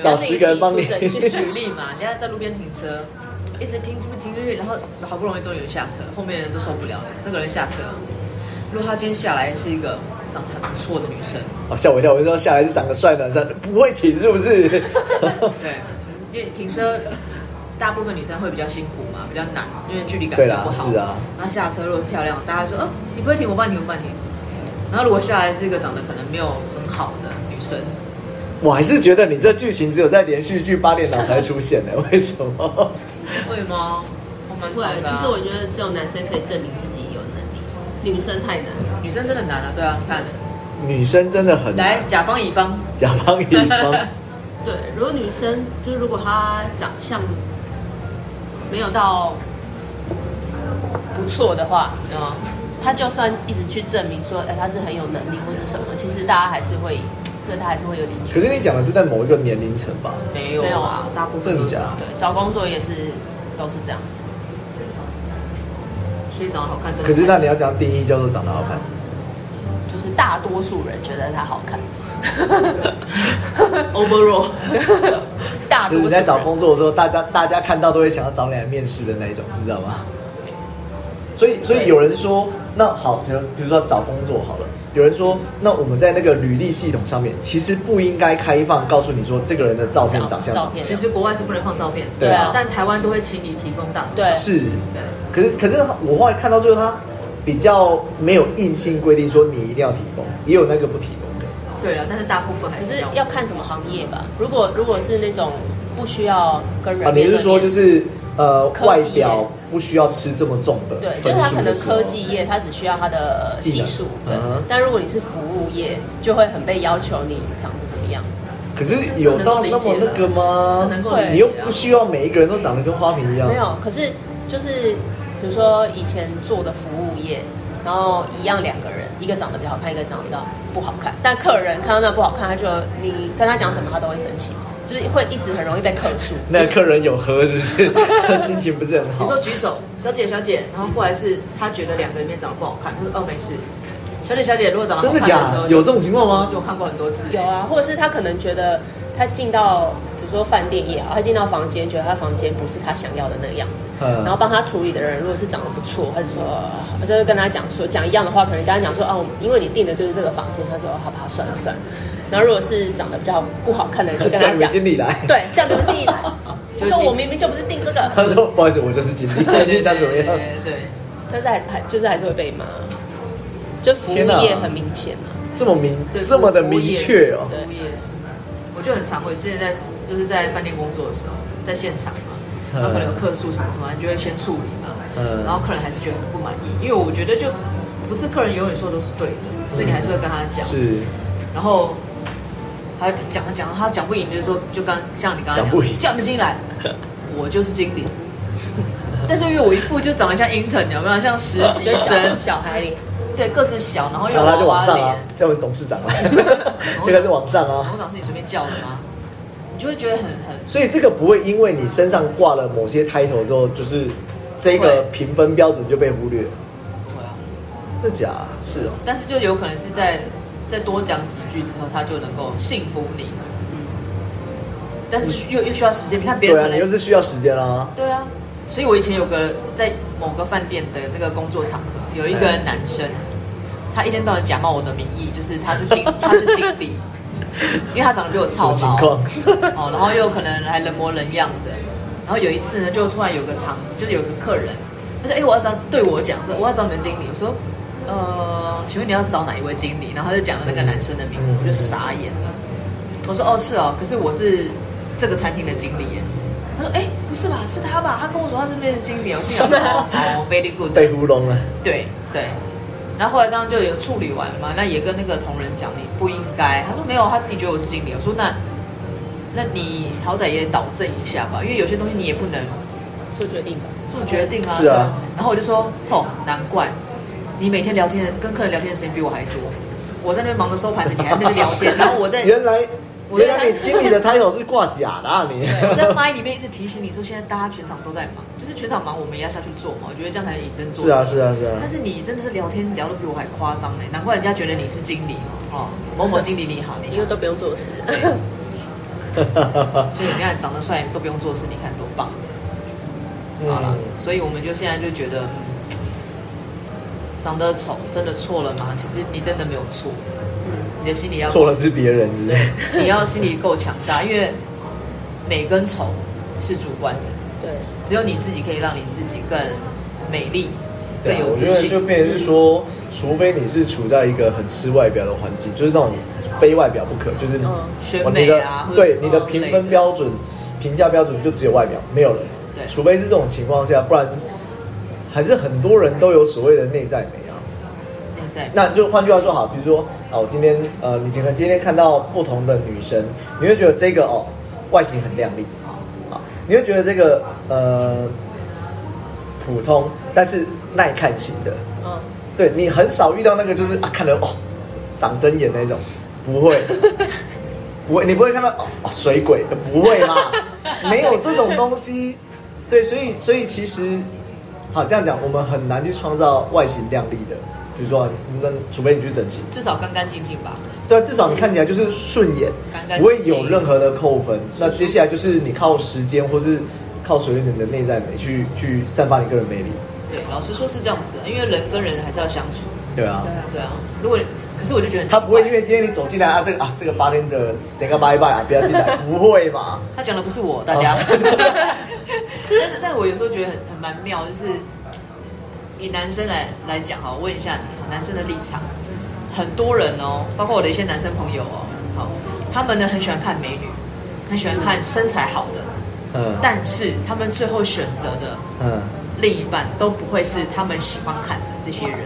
Speaker 2: 找十个人帮你
Speaker 3: 要。自己提出
Speaker 1: 举
Speaker 3: 证
Speaker 1: 举例嘛，人家在路边停车，一直停不停不停，然后好不容易终于有人下车，后面的人都受不了，那个人下车。如果他今天下来是一个长得很不错的女生，
Speaker 2: 哦，吓我一跳！我说下来是长得帅男生，不会停是不是？ [laughs]
Speaker 1: 对，因为停车大部分女生会比较辛苦嘛，比较难，因为距离感
Speaker 2: 对
Speaker 1: 比
Speaker 2: 啦
Speaker 1: 较不好。
Speaker 2: 是啊。
Speaker 1: 那下车如果漂亮，大家就说，哦，你不会停，我帮你停，我帮你停。然后如果下来是一个长得可能没有很好的女生，
Speaker 2: 我还是觉得你这剧情只有在连续剧八点档才出现呢、为什么？
Speaker 1: 会吗？我蛮
Speaker 3: 不然
Speaker 1: 惨的、
Speaker 3: 其
Speaker 1: 啊。
Speaker 3: 实我觉得只有男生可以证明自己有能力，女生太难了。
Speaker 1: 女生真的难啊，对啊，你看，
Speaker 2: 女生真的很
Speaker 1: 来
Speaker 2: 难，
Speaker 1: 甲方乙方，
Speaker 2: 甲方乙方，
Speaker 3: 对，如果女生就是如果她长相没有到不错的话，
Speaker 1: 对吗？
Speaker 3: 她就算一直去证明说，哎、她是很有能力或者什么，其实大家还是会对她还是会有点
Speaker 2: 可是你讲的是在某一个年龄层吧？
Speaker 1: 没有
Speaker 3: 没有啊
Speaker 1: 大部分都是这样。
Speaker 3: 对，找工作也是都是这样子。
Speaker 1: 所以长得好看真的。
Speaker 2: 可是那你要怎样定义叫做长得好看？
Speaker 3: 就是大多数人觉得她好
Speaker 2: [laughs]
Speaker 3: 看 [laughs]
Speaker 1: overall，
Speaker 3: 大
Speaker 2: 就是
Speaker 3: 多数
Speaker 2: 你在找
Speaker 3: 人
Speaker 2: 工作的时候，大家大家看到都会想要找你来面试的那一种，知道吗？所以，所以有人说，那好，比如比如说找工作好了，有人说，那我们在那个履历系统上面，其实不应该开放告诉你说这个人的照片、
Speaker 3: 照
Speaker 2: 长相
Speaker 3: 照
Speaker 2: 怎么样
Speaker 3: 片
Speaker 1: 其实国外是不能放照片，
Speaker 2: 对啊
Speaker 1: 但台湾都会请你提供大头。
Speaker 3: 对
Speaker 2: 是，
Speaker 1: 对，
Speaker 2: 可是可是我后来看到最后，他比较没有硬性规定说你一定要提供，也有那个不提供的。
Speaker 1: 对啊，但是大部分还
Speaker 3: 可
Speaker 1: 是
Speaker 3: 是要看什么行业吧。如果如果是那种不需要跟人
Speaker 2: 啊，你
Speaker 3: 面
Speaker 2: 是
Speaker 3: 对
Speaker 2: 说
Speaker 3: 面
Speaker 2: 就是呃
Speaker 3: 科技
Speaker 2: 外
Speaker 3: 业
Speaker 2: 表不需要吃这么重的
Speaker 3: 对，就
Speaker 2: 分
Speaker 3: 是他
Speaker 2: 数
Speaker 3: 可
Speaker 2: 的
Speaker 3: 能
Speaker 2: 时候
Speaker 3: 科技业，他只需要他的
Speaker 2: 技
Speaker 3: 技
Speaker 2: 能
Speaker 3: 术，对
Speaker 2: 嗯哼。
Speaker 3: 但如果你是服务业，就会很被要求你长得怎么样。
Speaker 2: 可是有到那么那个吗
Speaker 1: 是？能
Speaker 3: 够理解的
Speaker 2: 你又不需要每一个人都长得跟花瓶一样。
Speaker 3: 没有，可是就是比如说以前做的服务业，然后一样两个人，一个长得比较好看，一个长得比较不好看。但客人看到那不好看，他就你跟他讲什么，他都会生气，就是会一直很容易被客诉。
Speaker 2: 那个客人有喝是不
Speaker 1: [laughs]
Speaker 2: 是？他心情不是很
Speaker 1: 你
Speaker 2: 好
Speaker 1: 说。举手，小姐小姐，然后过来是他觉得两个里面长得不好看，他说哦没事。小姐小姐，如果长得
Speaker 2: 真
Speaker 1: 好
Speaker 2: 的
Speaker 1: 看
Speaker 2: 假
Speaker 1: 时候，
Speaker 2: 有这种情况吗
Speaker 1: 就我看过很多次。
Speaker 3: 有啊，或者是他可能觉得他进到比如说饭店也好，他进到房间，觉得他房间不是他想要的那个样子。然后
Speaker 2: 嗯，
Speaker 3: 帮他处理的人，如果是长得不错，他就说，他就会跟他讲说，讲一样的话，可能跟他讲说，哦，因为你订的就是这个房间，他说，哦，好吧，算了算了。然后如果是长得比较不好看的人，就跟
Speaker 2: 叫
Speaker 3: 他
Speaker 2: 你们
Speaker 3: 讲，
Speaker 2: 经理来。
Speaker 3: 对，叫刘经理来，
Speaker 1: 就
Speaker 3: 就是说我明明就不是订这个，
Speaker 2: 他说：“不好意思，我就是经理， [laughs] 你想怎么样
Speaker 1: 对对，
Speaker 3: 但是还还就是还是会被骂，就服务
Speaker 2: 天哪
Speaker 3: 业很明显啊，？”
Speaker 2: 这么明，
Speaker 1: 对
Speaker 2: 这么的明确哦。
Speaker 1: 对服务业，我就很常会，之前在就是在饭店工作的时候，在现场嘛，然后可能有客诉什么什么，你就会先处理嘛，
Speaker 2: 嗯
Speaker 1: 然后客人还是觉得很不满意，因为我觉得就不是客人永远说都是对的，所以你还是会跟他讲，
Speaker 2: 嗯是
Speaker 1: 然后他就讲讲他讲不赢，就是说就刚像你刚刚
Speaker 2: 讲不赢
Speaker 1: 叫你们进
Speaker 2: [laughs]
Speaker 1: 来，我就是经理。但是因为我一副就长得像 intern，有没有像实习
Speaker 3: 就
Speaker 2: [laughs]
Speaker 3: 小
Speaker 1: 生？
Speaker 3: 小孩里，
Speaker 1: 对，个子小，然后又
Speaker 2: 然后他就
Speaker 1: 娃
Speaker 2: 往
Speaker 1: 娃
Speaker 2: 上
Speaker 1: 脸
Speaker 2: 啊，， [laughs] 叫我们董事长
Speaker 1: [laughs]
Speaker 2: 来，就开始往上啊。
Speaker 1: 董事长是你随便叫的吗？你就会觉得很很
Speaker 2: 所以这个不会因为你身上挂了某些 title 之后，就是这个
Speaker 1: 会
Speaker 2: 评分标准就被忽略。
Speaker 1: 不会啊，
Speaker 2: 真的假？是哦。
Speaker 1: 但是就有可能是在再多讲几句之后，他就能够信服你。但是又又需要时间，你看别
Speaker 2: 对
Speaker 1: 人
Speaker 2: 啊，
Speaker 1: 可
Speaker 2: 你又
Speaker 1: 能
Speaker 2: 是需要时间啦。
Speaker 1: 对啊，所以我以前有个在某个饭店的那个工作场合，有一个男生，他一天到晚假冒我的名义，就是他 [laughs] 是经他是经理，因为他长得比我
Speaker 2: 什
Speaker 1: 操
Speaker 2: 么情
Speaker 1: 劳，
Speaker 2: 况？
Speaker 1: 哦，然后又可能还人模人样的。然后有一次呢，就突然有个场，就是有个客人，他说：“哎、我要找对我讲，说我要找你们经理。”我说：“呃，请问你要找哪一位经理？”然后他就讲了那个
Speaker 2: 嗯
Speaker 1: 男生的名字，我就傻眼了。我说：“哦，是哦，可是我是这个餐厅的经理耶。”他说：“哎、不是吧？是
Speaker 2: [laughs]
Speaker 1: 他吧？他跟我说他这边的经理。”我心想：“哦哦，very good。”
Speaker 2: 被糊弄了。
Speaker 1: 对对，然后后来当然就有处理完了嘛，那也跟那个同仁讲你不应该，他说没有，他自己觉得我是经理，我说那那你好歹也导正一下吧，因为有些东西你也不能
Speaker 3: 做决定吧。
Speaker 1: 做决定啊。
Speaker 2: 是啊
Speaker 1: 然后我就说，哦，难怪你每天聊天的跟客人聊天的时间比我还多，我在那边忙着收盘子，你还在那边聊天，然后我在
Speaker 2: [laughs] 原来
Speaker 1: 我在 [laughs]
Speaker 2: 原来你经理的 title 是挂假的啊你。
Speaker 1: 对，我
Speaker 2: [laughs]
Speaker 1: 在麦里面一直提醒你说，现在大家全场都在忙，就是全场忙，我们也要下去做嘛。我觉得这样才能以身作
Speaker 2: 是
Speaker 1: 则。
Speaker 2: 啊是啊是啊
Speaker 1: 但是你真的是聊天聊得比我还夸张哎，难怪人家觉得你是经理哦，某某经理你好，你
Speaker 3: 因
Speaker 1: 好
Speaker 3: 为。都不用做事，
Speaker 1: 所以人家长得帅都不用做事，你看多棒。
Speaker 2: 嗯
Speaker 1: 好了，所以我们就现在就觉得，嗯长得丑真的错了吗？其实你真的没有错，你的心里要
Speaker 2: 嗯错了是别人，是不是
Speaker 1: 你要心里够强大，因为美跟丑是主观的。
Speaker 3: 对，
Speaker 1: 只有你自己可以让你自己更美丽、
Speaker 2: 对
Speaker 1: 更
Speaker 2: 啊
Speaker 1: 有
Speaker 2: 我觉
Speaker 1: 自
Speaker 2: 得
Speaker 1: 信
Speaker 2: 就。变成是说，除非你是处在一个很吃外表的环境，就是那种非外表不可，就是
Speaker 3: 嗯
Speaker 1: 选
Speaker 2: 我
Speaker 1: 美
Speaker 2: 哦你的
Speaker 1: 啊或者
Speaker 2: 对
Speaker 1: 什么
Speaker 2: 你的
Speaker 1: 之类
Speaker 2: 评
Speaker 1: 的
Speaker 2: 分标准、评价标准就只有外表，没有了。
Speaker 1: 对
Speaker 2: 除非是这种情况下，不然还是很多人都有所谓的内在美啊。
Speaker 1: 内在
Speaker 2: 那就换句话说，好，比如说啊，我今天呃，你今天今天看到不同的女生，你会觉得这个哦，外形很靓丽，啊，你会觉得这个呃普通，但是耐看型的，
Speaker 3: 嗯，
Speaker 2: 对你很少遇到那个就是啊，看了哦，长针眼那种，
Speaker 1: [laughs]
Speaker 2: 不会，不会，你不会看到哦哦水鬼，不会
Speaker 1: [laughs]
Speaker 2: 嘛，没有这种东西。对，所以所以其实，好这样讲，我们很难去创造外形靓丽的，比如说，那除非你去整形，
Speaker 1: 至少干干净净吧。
Speaker 2: 对啊，至少你看起来就是顺眼
Speaker 1: 干，干
Speaker 2: 不会
Speaker 1: 净净
Speaker 2: 有任何的扣分。那接下来就是你靠时间或是靠随你的内在美去去散发你个人魅力，
Speaker 1: 对，老实说是这样子，啊因为人跟人还是要相处。
Speaker 2: 对啊。
Speaker 1: 对啊，如果你可是我就觉得很奇怪
Speaker 2: 他不会因为今天你走进来啊，这个啊，这个八天的谁个拜拜啊，不要进来，不会嘛？
Speaker 1: 他讲的不是我，大家。
Speaker 2: 哦
Speaker 1: [laughs] 但是，但我有时候觉得很很蛮妙，就是以男生来来讲哈，我问一下你男生的立场，很多人哦，包括我的一些男生朋友哦，好，他们呢很喜欢看美女，很喜欢看身材好的，
Speaker 2: 嗯，
Speaker 1: 但是他们最后选择的
Speaker 2: 嗯，
Speaker 1: 另一半都不会是他们喜欢看的这些人。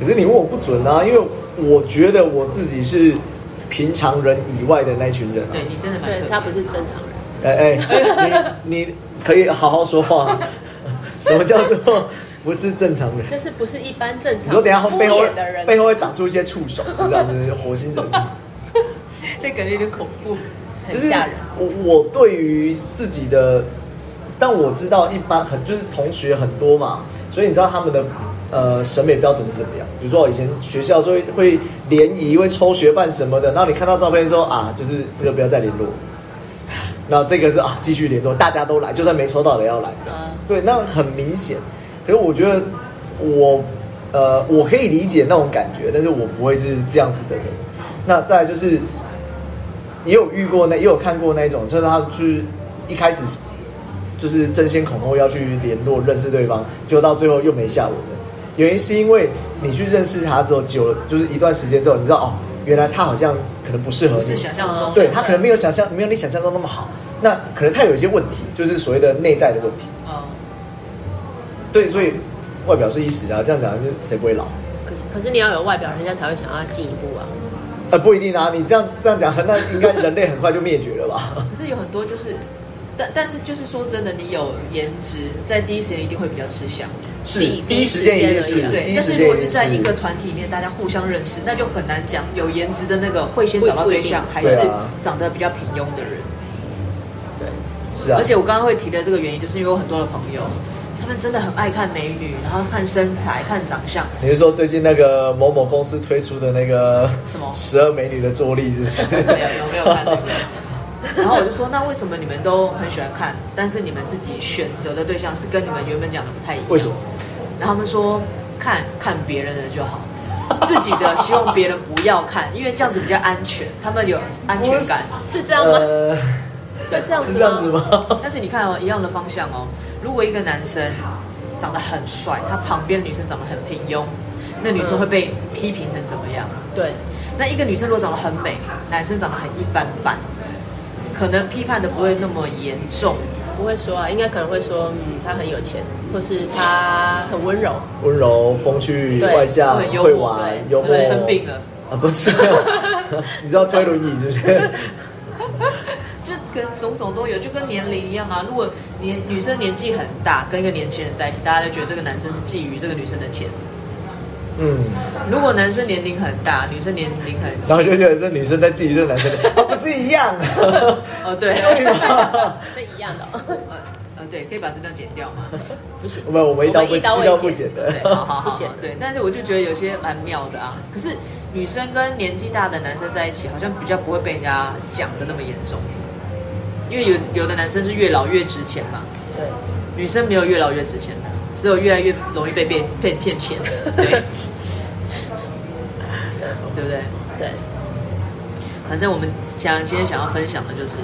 Speaker 2: 可是你问我不准啊，因为我觉得我自己是平常人以外的那群
Speaker 1: [laughs]
Speaker 2: 人啊
Speaker 1: 对。你真的蛮特
Speaker 3: 对
Speaker 1: 别，
Speaker 3: 他不是正常人，
Speaker 2: 哎哎，你你可以好好说话，啊 [laughs] 什么叫做不是正常
Speaker 3: [laughs]
Speaker 2: 人？
Speaker 3: 就是不是一般正
Speaker 2: 你
Speaker 3: 常
Speaker 2: 说等一下后
Speaker 3: 敷
Speaker 2: 背后
Speaker 3: 衍的人，
Speaker 2: 背后会长出一些触手，是这样，就是 [laughs] 火星人。
Speaker 1: 那感觉有点恐怖。
Speaker 2: 就
Speaker 3: 很
Speaker 2: 是
Speaker 3: 吓人，
Speaker 2: 我我对于自己的，但我知道一般很就是同学很多嘛，所以你知道他们的呃审美标准是怎么样？比如说我以前学校的时候会会联谊、会抽学伴什么的，然后你看到照片说啊，就是这个不要再联络，然后这个是啊继续联络，大家都来，就算没抽到的也要来。
Speaker 1: 嗯，
Speaker 2: 对，那很明显。可是我觉得我呃，我可以理解那种感觉，但是我不会是这样子的人。那再来就是，也有遇过那也有看过那种，就是他去一开始就是争先恐后要去联络认识对方，就到最后又没下文了。原因是因为你去认识他之后，久了就是一段时间之后，你知道哦，原来他好像可能不适合
Speaker 1: 不
Speaker 2: 你，
Speaker 1: 是想象中的。
Speaker 2: 对他可能没有想象没有你想象中那么好，那可能他有一些问题，就是所谓的内在的问题。
Speaker 1: 嗯，
Speaker 2: 对，所以外表是一时的、啊，这样讲就谁不会老？
Speaker 3: 可是可是你要有外表，人家才会想要进一步啊，
Speaker 2: 呃，不一定啊，你这样这样讲，那应该人类很快就灭绝
Speaker 1: [laughs]
Speaker 2: 了吧？
Speaker 1: 可是有很多就是，但但是就是说真的，你有颜值，在第一时间一定会比较吃香。
Speaker 2: 是
Speaker 3: 第一
Speaker 2: 第一时间一定
Speaker 3: 第一时
Speaker 2: 是
Speaker 3: 间而已啊
Speaker 2: 嗯第
Speaker 1: 对，
Speaker 2: 一
Speaker 1: 但
Speaker 2: 时
Speaker 1: 是
Speaker 2: 间
Speaker 1: 如果
Speaker 2: 一
Speaker 1: 是
Speaker 2: 定
Speaker 1: 在一个团体里面，大家互相认识，那就很难讲有颜值的那个会先找到对象，
Speaker 2: 不一
Speaker 1: 还
Speaker 2: 定
Speaker 1: 是
Speaker 2: 对啊
Speaker 1: 长得比较平庸的人。
Speaker 3: 对，
Speaker 2: 是啊，
Speaker 1: 而且我刚刚会提的这个原因，就是因为我很多的朋友，他们真的很爱看美女，然后看身材、看长相，
Speaker 2: 你是说最近那个某某公司推出的那个
Speaker 1: 什么
Speaker 2: 十二美女的坐力是不是？
Speaker 1: 没有有没有看那个？然后我就说，那为什么你们都很喜欢看，但是你们自己选择的对象是跟你们原本讲的不太一样？
Speaker 2: 为什么？
Speaker 1: 然后他们说，看看别人的就好，自己的希望别人不要看，因为这样子比较安全，他们有安全感。
Speaker 3: 是这样吗？
Speaker 2: 呃，
Speaker 3: 会这样子
Speaker 2: 是这样子
Speaker 3: 吗？
Speaker 2: 吗？ [laughs]
Speaker 1: 但是你看哦，一样的方向哦，如果一个男生长得很帅，他旁边的女生长得很平庸，那女生会被批评成怎么样？
Speaker 3: 对，
Speaker 1: 那一个女生如果长得很美，男生长得很一般般，可能批判的不会那么严重，不
Speaker 3: 不会说啊，应该可能会说，嗯，他很有钱，或是他很温柔，
Speaker 2: 温柔、风趣、
Speaker 3: 对
Speaker 2: 外向、
Speaker 1: 很幽
Speaker 2: 会
Speaker 1: 默
Speaker 2: 玩、
Speaker 3: 对
Speaker 2: 幽默。
Speaker 1: 对生病了
Speaker 2: 啊？不是， [laughs] 你知道推轮椅是不
Speaker 1: [laughs]
Speaker 2: 是？
Speaker 1: 就跟种种都有，就跟年龄一样啊。如果年女生年纪很大，跟一个年轻人在一起，大家就觉得这个男生是觊觎这个女生的钱；
Speaker 2: 嗯，
Speaker 1: 如果男生年龄很大，女生年龄很
Speaker 2: 然后
Speaker 1: 轻，
Speaker 2: 就觉得这女生在觊觎这个男生，啊，不是一样？啊
Speaker 1: 哦对，
Speaker 2: 对吧？
Speaker 3: 这一样的哦、
Speaker 1: [laughs] 呃呃对，可以把这段剪掉吗？
Speaker 3: 不行
Speaker 2: 我。们我们一刀 [laughs] 不
Speaker 3: 我们一刀未
Speaker 2: 不
Speaker 3: 剪
Speaker 2: 剪
Speaker 1: [laughs]
Speaker 2: 的
Speaker 1: 对，。好好
Speaker 3: 不
Speaker 1: 好
Speaker 3: 剪了，
Speaker 1: 对。但是我就觉得有些蛮妙的啊。可是女生跟年纪大的男生在一起，好像比较不会被人家讲的那么严重，因为有有的男生是越老越值钱嘛，
Speaker 3: 对，
Speaker 1: 女生没有越老越值钱的，只有越来越容易被骗骗骗 [laughs] 钱，对，对不对？
Speaker 3: 对，
Speaker 1: 反正我们想今天想要分享的就是，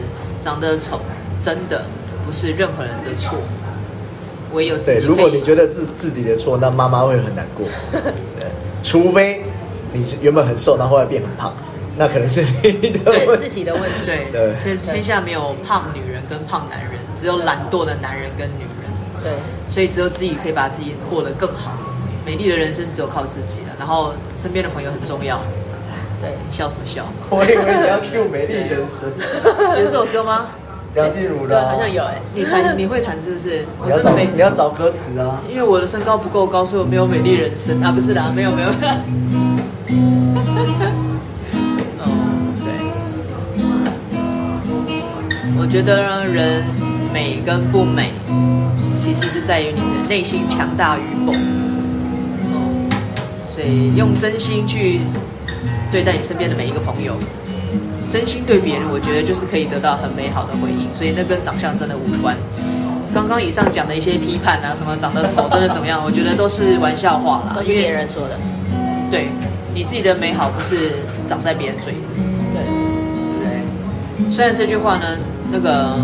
Speaker 1: 长得丑真的不是任何人的错，唯有自
Speaker 2: 对，
Speaker 1: 己可以。
Speaker 2: 如果你觉得自自己的错，那妈妈会很难过。 [laughs] 对，除非你原本很瘦，然后后来变很胖，那可能是你的
Speaker 3: 对
Speaker 2: 问
Speaker 3: 自
Speaker 2: 题。
Speaker 3: 己的问题。
Speaker 1: 对
Speaker 2: 对，
Speaker 1: 天天下没有胖女人跟胖男人，只有懒惰的男人跟女人，
Speaker 3: 对，
Speaker 1: 所以只有自己可以把自己过得更好。美丽的人生只有靠自己了，然后身边的朋友很重要。
Speaker 3: 对，
Speaker 1: 你笑什么
Speaker 2: [laughs]
Speaker 1: 笑？
Speaker 2: [laughs] 我以为你要 Q 美丽人生，
Speaker 1: 有这首歌吗？欸
Speaker 2: 梁静茹
Speaker 3: 对，
Speaker 2: 的啊、
Speaker 3: 好像有哎、
Speaker 1: 你弹你会弹是不是？我
Speaker 2: 你要
Speaker 1: 真的
Speaker 2: 找
Speaker 1: 没，
Speaker 2: 你要找歌词啊。
Speaker 1: 因为我的身高不够高，所以我没有美丽人生啊，不是啦，没有没 [laughs] 有。哦，对，我觉得呢人美跟不美，其实是在于你的内心强大与否。哦，所以用真心去对待你身边的每一个朋友。真心对别人，我觉得就是可以得到很美好的回应，所以那跟长相真的无关。刚刚以上讲的一些批判啊，什么长得丑真的怎么样，我觉得都是玩笑话啦
Speaker 3: 都，是
Speaker 1: 因
Speaker 3: 别
Speaker 1: 为
Speaker 3: 人说的。
Speaker 1: 对你自己的美好不是长在别人嘴里，
Speaker 3: 对，
Speaker 1: 对。虽然这句话呢，那个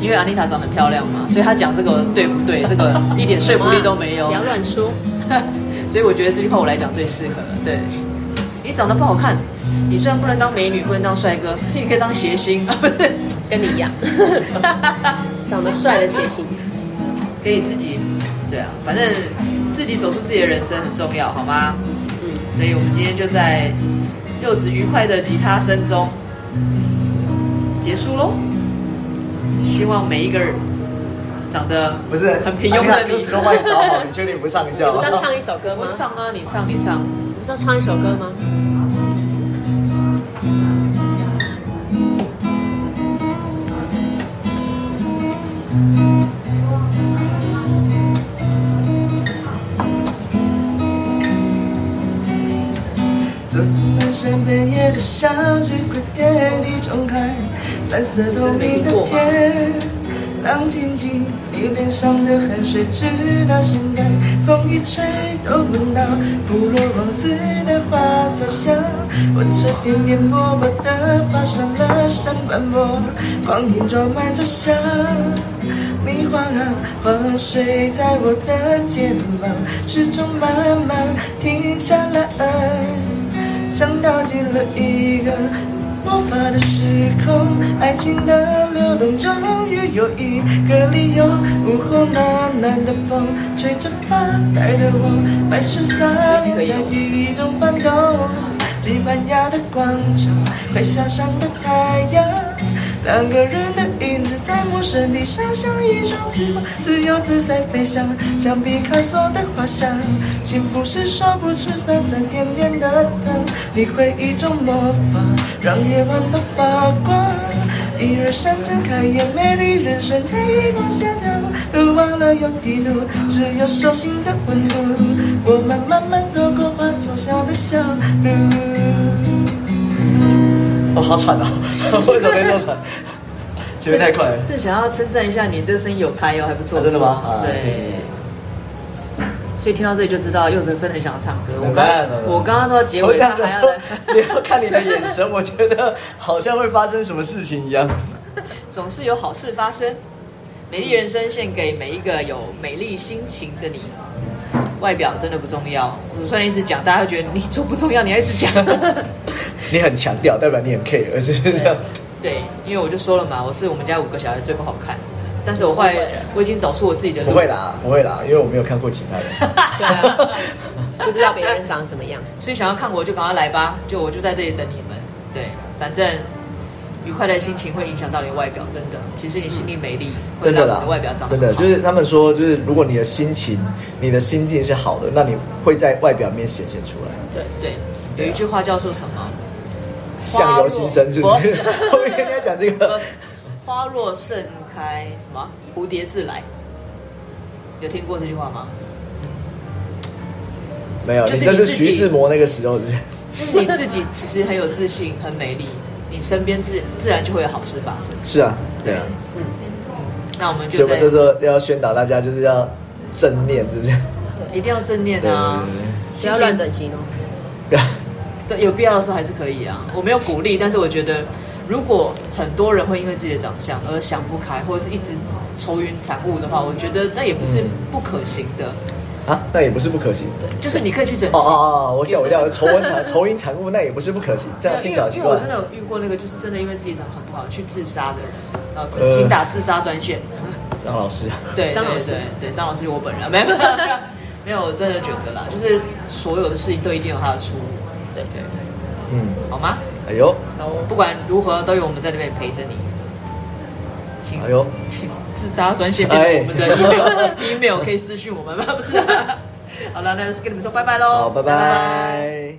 Speaker 1: 因为安妮塔长得漂亮嘛，所以她讲这个对不对，这个一点说服力都没有
Speaker 3: 不。要乱说。
Speaker 1: [laughs] 所以我觉得这句话我来讲最适合了。对，你长得不好看，你虽然不能当美女，不能当帅哥，可是你可以当谐星， [laughs] 啊不对，
Speaker 3: 跟你一样，长得帅的谐星。
Speaker 1: [laughs] 可以自己，对啊，反正自己走出自己的人生很重要，好吗？
Speaker 3: 嗯，
Speaker 1: 所以我们今天就在柚子愉快的吉他声中结束喽。希望每一个人长得
Speaker 2: 不是
Speaker 1: 很平庸的
Speaker 2: 安妮塔歌
Speaker 1: 你，
Speaker 2: 词都帮你找好，你确定不上啊
Speaker 3: [laughs] 你
Speaker 2: 校
Speaker 3: 不
Speaker 2: 吗
Speaker 3: 是？要唱一首歌吗
Speaker 1: 我？唱啊，你唱，你唱。
Speaker 3: 你不是要唱一首歌吗？
Speaker 4: 走进漫山遍野的小径，快点你冲开，蓝色透明的天，浪静静，你脸上的汗水直到现在，风一吹都闻到部落王子的花草香。我这颠颠簸簸地爬上了山半坡，荒野装满着香。你晃啊晃，睡在我的肩膀，始终慢慢停下来。像掉进了一个魔法的时空，爱情的流动终于有一个理由。午后暖暖的风，吹着发呆的我，白痴撒脸在记忆中翻动。西班牙的广场，快下山的太阳，两个人的影子在陌生地上像一双翅膀，自由自在飞翔，像毕卡索的画像。幸福是说不出酸酸甜甜的糖，你回忆中魔法，让夜晚都发光。一日山睁开眼，美丽人生在月光下躺，都忘了有地图，只有手心的温度。我们慢慢走过花丛下的小路。
Speaker 2: 我、哦、好喘啊！ [laughs] 为什么没这么喘？前面太
Speaker 1: [laughs]
Speaker 2: 快了。
Speaker 1: 正想要称赞一下你，这个声音有开哦，还不错。
Speaker 2: 啊真的吗啊
Speaker 1: 对
Speaker 2: 谢谢。
Speaker 1: 所以听到这里就知道，柚子真的很想唱歌。我刚
Speaker 2: 来来来来
Speaker 1: 我刚刚都要结
Speaker 2: 我
Speaker 1: 尾，他
Speaker 2: 想想
Speaker 1: 还要
Speaker 2: 说 [laughs]
Speaker 1: 来。， [laughs]
Speaker 2: 你要看你的眼神，我觉得好像会发生什么事情一样。
Speaker 1: 总是有好事发生。美丽人生献给每一个有美丽心情的你。外表真的不重要，我虽然一直讲，大家
Speaker 2: [laughs]
Speaker 1: 会觉得你重不重要，你还一直讲。
Speaker 2: 你很强调，代表你很 care，而是这样。 [laughs]
Speaker 1: 对，因为我就说了嘛，我是我们家五个小孩最不好看的，但是我后来
Speaker 3: 不会啦
Speaker 1: 我已经找出我自己的路。[laughs]
Speaker 2: 不会，啦，不会啦，因为我没有看过其他人。
Speaker 3: 对啊，不知道别人长怎么样。
Speaker 1: 所以想要看我就赶快来吧，就我就在这里等你们。对，反正愉快的心情会影响到你的外表，真的。其实你心里美丽，会
Speaker 2: 嗯真的
Speaker 1: 让你
Speaker 2: 啦
Speaker 1: 的外表长，得
Speaker 2: 真的
Speaker 1: 好
Speaker 2: 就是他们说，就是如果你的心情、你的心境是好的，那你会在外表面显现出来，
Speaker 3: 对，
Speaker 1: 对。有
Speaker 2: 对啊
Speaker 1: 一句话叫做什么？
Speaker 2: 相由心生，是不是？ [laughs] 后面应该讲这
Speaker 1: 呃
Speaker 2: 个，
Speaker 1: 花若盛开，什么蝴蝶自来？有听过这句话吗？
Speaker 2: 没有，
Speaker 1: 就是
Speaker 2: 你这
Speaker 1: 你
Speaker 2: 是
Speaker 1: 自己
Speaker 2: 徐志摩那个时候，是不是？
Speaker 1: 就是你自己其实很有自信，很美丽，你身边自自然就会有好事发生。
Speaker 2: 是啊，对啊。
Speaker 1: 那我们
Speaker 2: 所以
Speaker 1: 就
Speaker 2: 我
Speaker 1: 在
Speaker 2: 们这时候要宣导大家，就是要正念， [laughs] 是不是？
Speaker 1: 一定要正念
Speaker 2: 对
Speaker 1: 啊，
Speaker 3: 不要乱整形哦。
Speaker 2: 对对对
Speaker 1: 对，有必要的时候还是可以啊。我没有鼓励，但是我觉得，如果很多人会因为自己的长相而想不开，或者是一直愁云惨雾的话，我觉得那也不是
Speaker 2: 嗯
Speaker 1: 不可行的。
Speaker 2: 啊，那也不是不可行。
Speaker 1: 就是你可以去整形。
Speaker 2: 哦哦哦，我吓我一跳，
Speaker 1: 也不是
Speaker 2: 愁文产 [laughs] 愁云惨雾，那也不是不可行，这样
Speaker 1: 对
Speaker 2: 听
Speaker 1: 因
Speaker 2: 起来
Speaker 1: 为
Speaker 2: 好奇
Speaker 1: 因为
Speaker 2: 怪
Speaker 1: 我。真的有遇过那个，就是真的因为自己长得很不好去自杀的人，然后
Speaker 2: 呃
Speaker 1: 自请打自杀专线。
Speaker 2: 张老师，
Speaker 1: 对，
Speaker 3: 张老
Speaker 1: 对
Speaker 3: 师
Speaker 1: 对对，张老师我本人啊没有没有，我真的觉得啦，就是所有的事情都一定有它的出路，对对对，
Speaker 2: 嗯，
Speaker 1: 好吗？
Speaker 2: 哎呦，
Speaker 1: 不管如何，都有我们在这边陪着你。请
Speaker 2: 哎呦，
Speaker 1: 请自杀专线变成我们的 email，email 可以私讯我们吗？不是、好了，那就跟你们说拜拜喽，
Speaker 2: 好，拜拜。